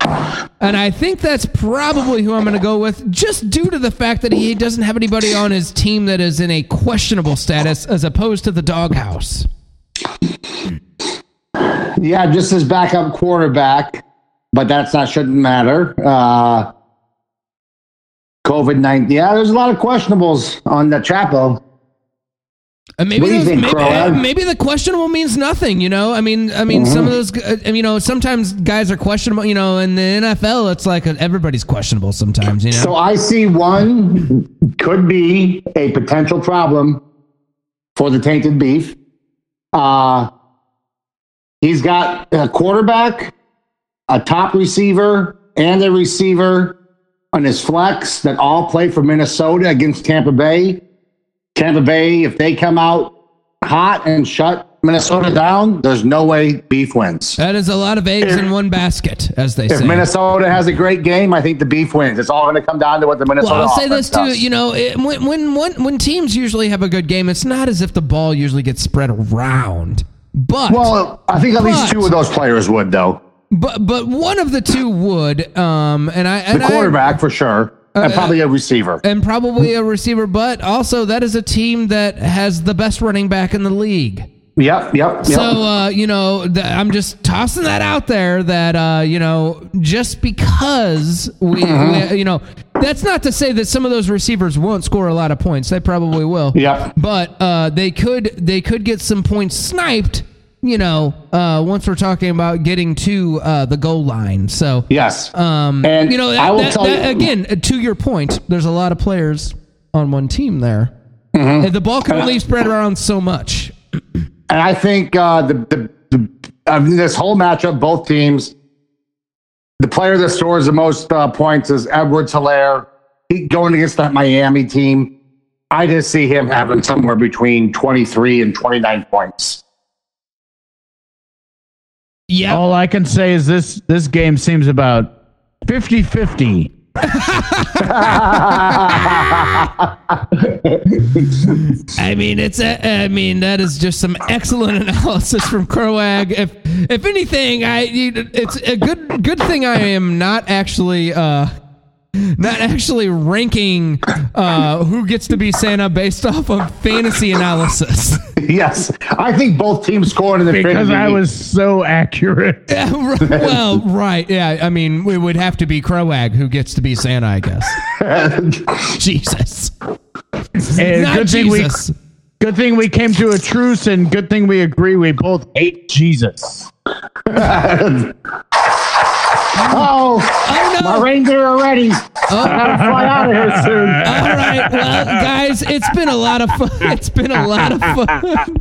S1: and I think that's probably who I'm going to go with, just due to the fact that he doesn't have anybody on his team that is in a questionable status, as opposed to the doghouse.
S2: Yeah, just his backup quarterback, but that's not shouldn't matter. Uh, COVID nineteen. Yeah, there's a lot of questionables on the Chapo.
S1: And maybe
S2: What do you
S1: those,
S2: think,
S1: maybe,
S2: Crow?
S1: uh, maybe the questionable means nothing. You know, I mean, I mean,
S2: Mm-hmm.
S1: some of those, uh, you know, sometimes guys are questionable. You know, in the NFL, it's like uh, everybody's questionable sometimes. You know,
S2: So I see one could be a potential problem for the tainted beef. Uh, he's got a quarterback, a top receiver, and a receiver on his flex that all play for Minnesota against Tampa Bay. Tampa Bay, if they come out hot and shut Minnesota down, there's no way beef wins.
S1: that is a lot of eggs in one basket, as they
S2: If
S1: say.
S2: Minnesota has a great game, I think the beef wins. It's all going to come down to what the Minnesota.
S1: well, I'll say
S2: offense
S1: this too.
S2: does.
S1: You know, it, when, when when when teams usually have a good game, it's not as if the ball usually gets spread around. But
S2: Well, I think at least
S1: But-
S2: two of those players would, though.
S1: but but one of the two would. Um, and I
S2: The
S1: and I,
S2: quarterback for sure,
S1: Uh,
S2: and probably a receiver.
S1: and probably a receiver, but also that is a team that has the best running back in the league.
S2: Yep, yep, yep.
S1: So uh, you know, th- I'm just tossing that out there that uh, you know, just because we,
S2: Mm-hmm.
S1: we, you know, that's not to say that some of those receivers won't score a lot of points. They probably will.
S2: Yep.
S1: But uh, they could they could get some points sniped. You know, uh, once we're talking about getting to uh, the goal line. So
S2: yes,
S1: um,
S2: And
S1: you know, that,
S2: I will
S1: that-
S2: tell
S1: that-
S2: you-
S1: again, uh, to your point, there's a lot of players on one team there.
S2: Mm-hmm.
S1: And the ball can only spread around so much.
S2: and I think uh, the the, the I mean, this whole matchup, both teams, the player that scores the most uh, points is Edwards Hilaire. He going against that Miami team. I just see him having somewhere between twenty three and twenty nine points.
S1: Yeah.
S3: All I can say is this this game seems about 50-50.
S1: I mean, it's a, I mean, that is just some excellent analysis from Crowag. If if anything, I it's a good good thing I am not actually uh not actually ranking uh who gets to be Santa based off of fantasy analysis.
S2: yes, I think both teams scoring in the
S3: Because I
S2: 50.
S3: was so accurate.
S1: Yeah, r- well, right. Yeah, I mean, it would have to be Croag who gets to be Santa, I guess. Jesus.
S3: And
S1: Not
S3: good thing we
S1: Jesus.
S3: good thing we came to a truce and good thing we agree we both hate Jesus.
S2: oh,
S1: Oh, no.
S2: my reindeer already.
S1: Oh,
S2: Fly out of here soon.
S1: all right. Well, guys, it's been a lot of fun. It's been a lot of fun.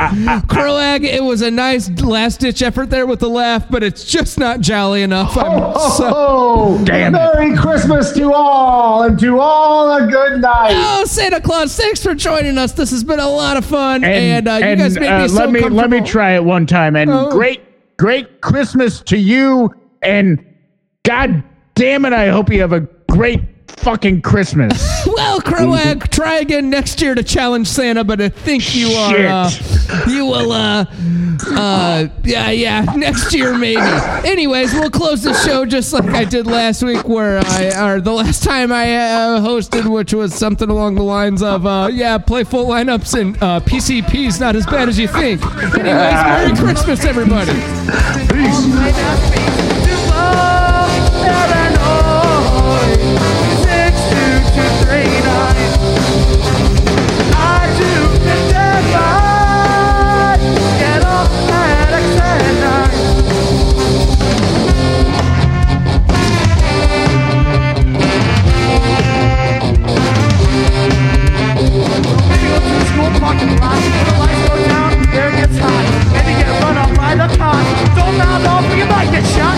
S1: Croag, it was a nice last ditch effort there with the laugh, but it's just not jolly enough. I'm so.
S2: Oh,
S3: Damn it.
S2: Merry Christmas to all, and to all a good night.
S1: Oh, Santa Claus, thanks for joining us. This has been a lot of fun, and, uh, you
S3: and,
S1: guys made
S3: uh,
S1: me so
S3: let me
S1: comfortable.
S3: let me try it one time. And
S1: Oh.
S3: great great Christmas to you. And God damn it, I hope you have a great fucking Christmas.
S1: Well, Croag, try again next year to challenge Santa, but I think you are. Uh, you will. Uh, uh, yeah, yeah. Next year, maybe. Anyways, we'll close the show just like I did last week, where I or the last time I uh, hosted, which was something along the lines of, uh, yeah, play full lineups and uh, PCP's not as bad as you think. Anyways, Merry Christmas, everybody.
S6: Hot. And you get run up by the cops. Don't knock off, you might get shot.